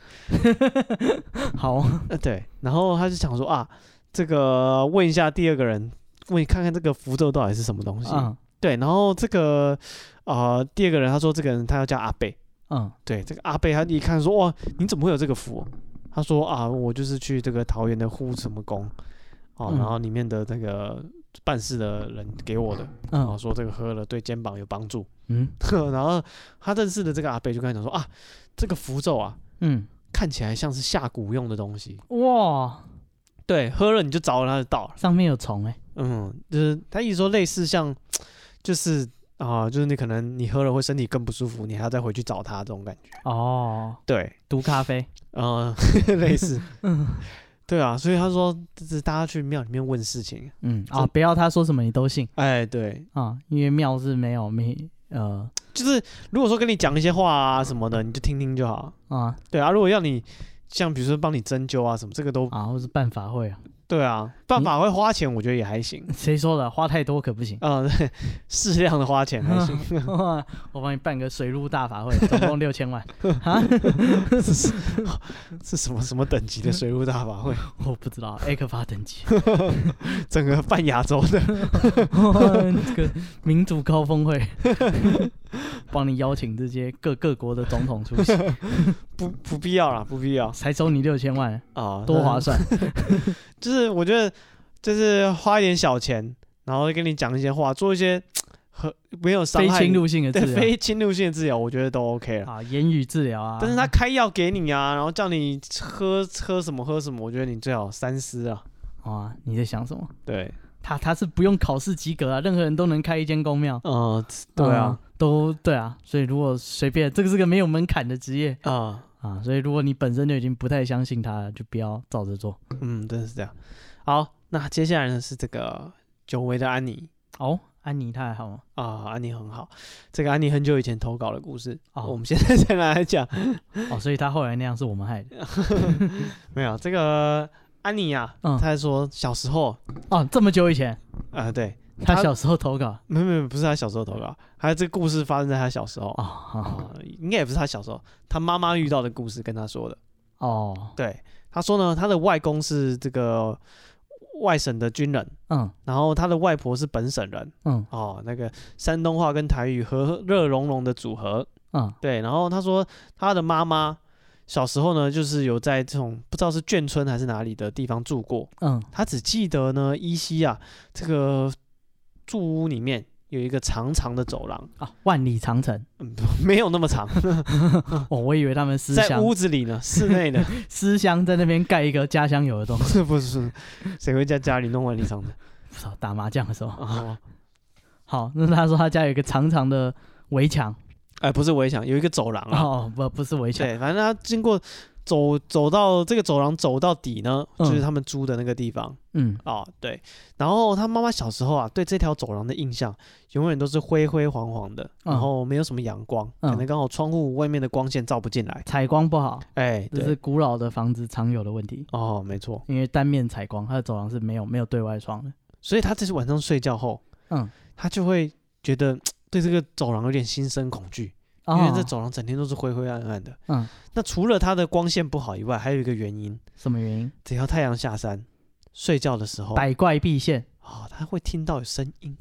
C: 好，
B: 呃，对，然后他就想说啊，这个问一下第二个人，问看看这个符咒到底是什么东西。
C: 嗯
B: 对，然后这个呃第二个人他说这个人他要叫阿贝，
C: 嗯
B: 对，这个阿贝他一看说哇，你怎么会有这个符？他说啊，我就是去这个桃园的护什么宫，哦，
C: 嗯
B: 然后里面的那个办事的人给我的，然后
C: 嗯
B: 说这个喝了对肩膀有帮助。
C: 嗯
B: 然后他认识的这个阿贝就跟他讲说啊，这个符咒啊
C: 嗯，
B: 看起来像是下蛊用的东西，
C: 哇，
B: 对，喝了你就着了他的道了。
C: 上面有虫哎，
B: 嗯，就是他意思说类似像，就是啊、就是你可能你喝了会身体更不舒服，你还要再回去找他这种感觉。
C: 哦，
B: 对，
C: 毒咖啡，
B: 呃，类似，啊 对啊，所以他说，就是大家去庙里面问事情，
C: 嗯
B: 真
C: 啊，不要他说什么你都信
B: 哎，对，
C: 啊，因为庙是没有没呃
B: 就是如果说跟你讲一些话啊什么的，你就听听就好。
C: 啊
B: 对啊，如果要你像比如说帮你针灸啊什么，这个都
C: 啊，或是办法会啊，
B: 对啊，办法会花钱，我觉得也还行。。
C: 谁说的？花太多可不行
B: 啊，对，适量的花钱 还行，
C: 我帮你办个水陆大法会，总共六 千万。啊
B: 是什么什么等级的水陆大法会？
C: 我不知道 A 克法 等级，
B: 整个半亚洲的，
C: 这个民主高峰会，帮你邀请这些各各国的总统出席，
B: 不不必要啦，不必要
C: 才收你六千万，
B: 啊，
C: 多划
B: 那
C: 算。
B: 就是我觉得，就是花一点小钱，然后跟你讲一些话，做一些和没有伤
C: 非
B: 害
C: 侵
B: 你
C: 入性的治
B: 对
C: 疗
B: 非侵入性的治疗，我觉得都 OK 了。
C: 啊，言语治疗啊，
B: 但是他开药给你啊，然后叫你喝喝什么喝什么，我觉得你最好三思啊。
C: 啊，你在想什么？
B: 对，
C: 他他是不用考试及格啊，任何人都能开一间公庙。
B: 嗯，对啊，
C: 嗯，都对啊，所以如果随便，这个是个没有门槛的职业
B: 啊，
C: 啊，所以如果你本身就已经不太相信他了，就不要照着做。
B: 嗯，真的是这样。好，那接下来呢是这个久违的安妮
C: 哦，安妮她还好吗？
B: 啊，安妮很好。这个安妮很久以前投稿的故事，啊
C: 哦
B: 我们现在 再来讲。
C: 哦，所以她后来那样是我们害的。
B: 没有这个安妮啊，
C: 嗯
B: 她在说小时候，
C: 哦，这么久以前，
B: 啊，对，
C: 她
B: 她
C: 小时候投稿。
B: 没有没有，不是她小时候投稿，还有这个故事发生在她小时候
C: 哦，好
B: 啊，应该也不是她小时候，她妈妈遇到的故事跟她说的。
C: 哦，
B: 对，他说呢，他的外公是这个外省的军人，
C: 嗯
B: 然后他的外婆是本省人，
C: 嗯
B: 哦，那个山东话跟台语和热融融的组合。
C: 嗯，
B: 对，然后他说他的妈妈小时候呢，就是有在这种不知道是眷村还是哪里的地方住过，
C: 嗯
B: 他只记得呢依稀啊，这个住屋里面有一个长长的走廊，
C: 啊，万里长城。
B: 没有那么长，
C: 哦，我以为他们思
B: 在
C: 乡
B: 屋子里呢，室内的，
C: 思乡在那边盖一个家乡有的东西，
B: 不是不是，谁会在家里弄万里长的
C: 不知道打麻将的时候。
B: 啊？
C: 好，那他说他家有一个长长的围墙。
B: 哎，不是围墙，有一个走廊啊。
C: 哦，不不是围墙。
B: 对，反正他经过走走到这个走廊走到底呢，
C: 嗯
B: 就是他们租的那个地方
C: 嗯
B: 啊、对，然后他妈妈小时候啊，对这条走廊的印象永远都是灰灰黄黄的，然
C: 嗯
B: 后没有什么阳光，可
C: 嗯
B: 能刚好窗户外面的光线照不进来。
C: 采光不好，
B: 哎，
C: 这是
B: 对，
C: 古老的房子常有的问题，
B: 哦，没错。
C: 因为单面采光，它的走廊是没有没有对外窗的。
B: 所以他这是晚上睡觉后，
C: 嗯，
B: 他就会觉得对这个走廊有点心生恐惧，因
C: 哦
B: 为这走廊整天都是灰灰暗暗的。
C: 嗯，
B: 那除了它的光线不好以外，还有一个原因，
C: 什么原因？
B: 只要太阳下山，睡觉的时候，
C: 百怪必现，
B: 哦，他会听到有声音，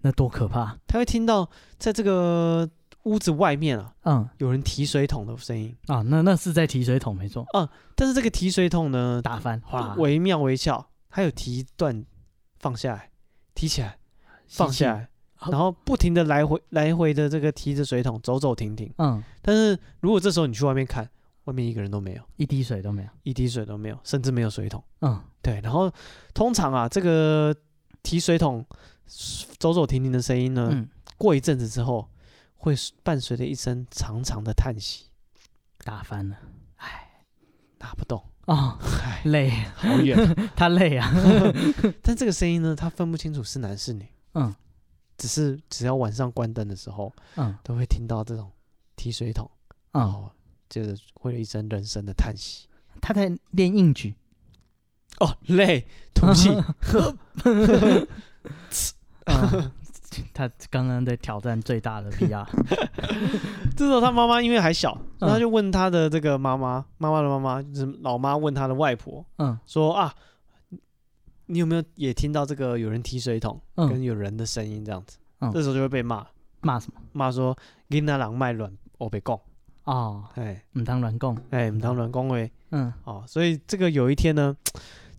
C: 那多可怕！
B: 他会听到在这个屋子外面啊，
C: 嗯
B: 有人提水桶的声音，
C: 啊，那那是在提水桶没错，
B: 但是这个提水桶呢，
C: 打翻哗，
B: 惟妙惟肖，他有提一段放下来，提起来，
C: 吸
B: 放
C: 气
B: 下，来，
C: 好
B: 然后不停的来回来回的这个提着水桶走走停停。
C: 嗯，
B: 但是如果这时候你去外面看，外面一个人都没有，
C: 一滴水都没有，
B: 一滴水都没有，甚至没有水桶。
C: 嗯
B: 对，然后通常啊，这个提水桶走走停停的声音呢，
C: 嗯，
B: 过一阵子之后，会伴随着一声长长的叹息，
C: 打翻了
B: 拿不动，
C: 哦，
B: 唉，
C: 累，
B: 好远。
C: 他累啊，
B: 但这个声音呢，他分不清楚是男是女，
C: 嗯
B: 只是只要晚上关灯的时候，
C: 嗯
B: 都会听到这种提水桶，然
C: 嗯，
B: 后就是会有一声人声的叹息。
C: 他在练硬举，
B: 哦，累，吐气，
C: 嗯他刚刚在挑战最大的 PR，
B: 这时候他妈妈因为还小，所以他就问他的这个妈妈，妈妈的妈妈就是老妈问他的外婆
C: 嗯
B: 说啊，你有没有也听到这个有人提水桶
C: 嗯，
B: 跟有人的声音这样子？
C: 嗯
B: 这时候就会被骂，
C: 骂什么？
B: 骂说囡仔人卖乱，我被讲，
C: 哦，
B: 哎
C: 唔当软供，
B: 哎，唔当乱恭维
C: 嗯
B: 哦。所以这个有一天呢，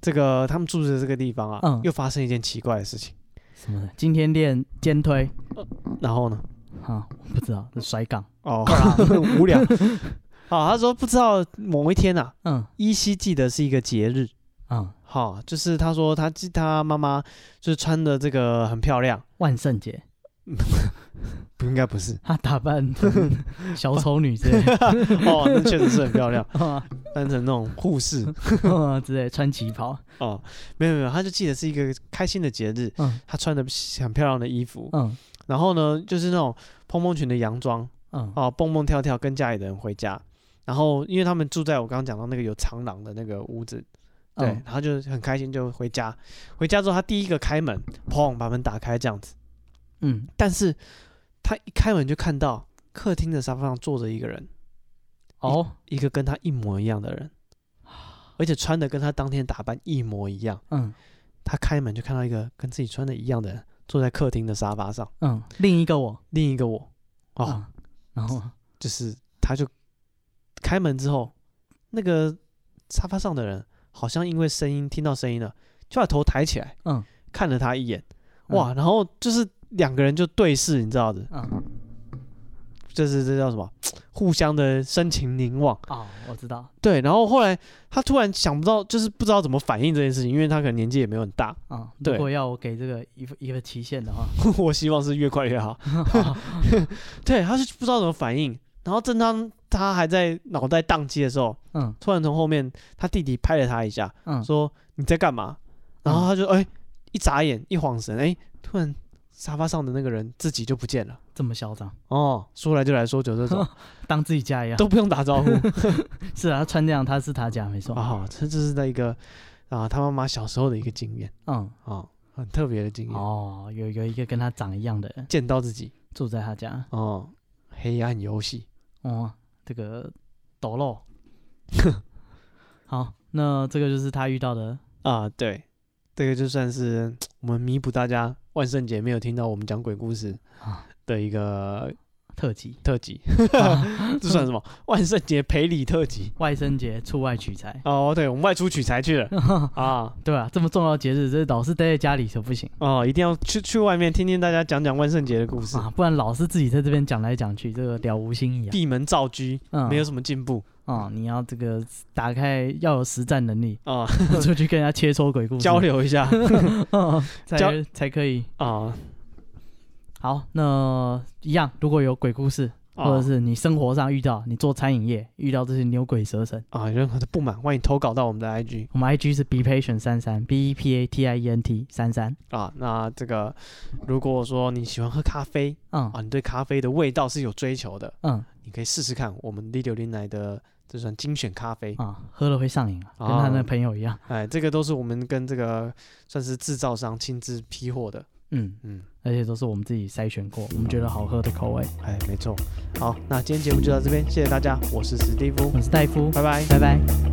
B: 这个他们住的这个地方啊，
C: 嗯
B: 又发生一件奇怪的事情。
C: 什么的？今天练肩推，
B: 然后呢，
C: 啊，我不知道，甩杠，
B: 哦，很无聊。 好，他说不知道某一天啊，
C: 嗯
B: 依稀记得是一个节日。
C: 嗯，
B: 好、就是他说他记他妈妈就是穿的这个很漂亮，
C: 万圣节，
B: 不应该不是
C: 她打扮成小丑女之类
B: 哦，那确实是很漂亮，
C: 的
B: 扮成那种护士
C: 嗯之类，穿旗袍，
B: 哦，没有没有，他就记得是一个开心的节日，
C: 嗯
B: 他穿的很漂亮的衣服，
C: 嗯
B: 然后呢就是那种蓬蓬裙的洋装
C: 嗯
B: 哦，蹦蹦跳跳跟家里的人回家，然后因为他们住在我刚刚讲到那个有长廊的那个屋子，对，
C: 嗯
B: 然后就很开心就回家，回家之后他第一个开门，砰把门打开这样子，
C: 嗯，
B: 但是他一开门就看到客厅的沙发上坐着一个人，
C: 哦，
B: 一个跟他一模一样的人，而且穿的跟他当天打扮一模一样。
C: 嗯
B: 他开门就看到一个跟自己穿的一样的人坐在客厅的沙发上，
C: 嗯，另一个我，
B: 另一个我，哦，
C: 嗯，然后
B: 就是他就开门之后，那个沙发上的人好像因为声音听到声音了，就把头抬起来，
C: 嗯，
B: 看了他一眼，
C: 嗯
B: 哇，然后就是两个人就对视，你知道的，
C: 嗯
B: 就是这叫什么，互相的深情凝望。
C: 哦，我知道，
B: 对，然后后来他突然想不到，就是不知道怎么反应这件事情，因为他可能年纪也没有很大，
C: 嗯，
B: 对
C: 如果要我给这个一个一个期限的话，
B: 我希望是越快越好。
C: 好
B: 对，他就不知道怎么反应。然后正当他还在脑袋宕机的时候，
C: 嗯
B: 突然从后面他弟弟拍了他一下，
C: 嗯
B: 说你在干嘛？然后他就哎、一眨眼一晃神，哎、突然沙发上的那个人自己就不见了。
C: 这么嚣张，
B: 哦，说来就来，说走就 走，
C: 当自己家一样，
B: 都不用打 招呼
C: 是啊，她穿这样他是他家没错，
B: 啊！这这是那一个啊，他妈妈小时候的一个经验
C: 嗯，
B: 啊，很特别的经验，
C: 哦，有有一个跟他长一样的人
B: 见到自己
C: 住在他家，
B: 哦，黑暗游戏
C: 哦，这个抖漏。好，那这个就是他遇到的，
B: 啊，对，这个就算是我们弥补大家万圣节没有听到我们讲鬼故事
C: 啊
B: 的一个
C: 特辑
B: 特 辑，
C: 啊
B: 这算什么？万圣节赔礼特辑。
C: 外甥节出外取材，
B: 哦，对，我们外出取材去了 啊，
C: 对吧、这么重要的节日，这老是待在家里可不行
B: 哦，一定要去去外面听听大家讲讲万圣节的故事，
C: 啊，不然老是自己在这边讲来讲去，这个了无新意啊。
B: 闭门造车，
C: 嗯，
B: 没有什么进步
C: 啊、你要这个打开要有实战 能力，
B: 啊，
C: 出去跟人家切磋鬼故事
B: 交，流一下
C: 嗯
B: 交
C: 才才可以。
B: 啊，
C: 好，那一样，如果有鬼故事，或者
B: 啊
C: 是你生活上遇到，你做餐饮业遇到这些牛鬼蛇神，
B: 啊，任何的不满，欢迎投稿到我们的 IG
C: 我们 IG 是 be patient 三三 b e p a t i e n t 三三。
B: 啊。那这个，如果说你喜欢喝咖啡
C: 嗯
B: 啊，你对咖啡的味道是有追求的，
C: 嗯
B: 你可以试试看我们 D 六零来的这算精选咖啡，
C: 啊，喝了会上瘾啊，跟
B: 啊
C: 他那朋友一样。
B: 哎，这个都是我们跟这个算是制造商亲自批货的，
C: 嗯，
B: 嗯。
C: 而且都是我们自己筛选过，我们觉得好喝的口味。
B: 哎，没错。好，那今天节目就到这边，谢谢大家，我是史蒂夫
C: 我，是戴夫，
B: 拜拜。
C: 拜拜。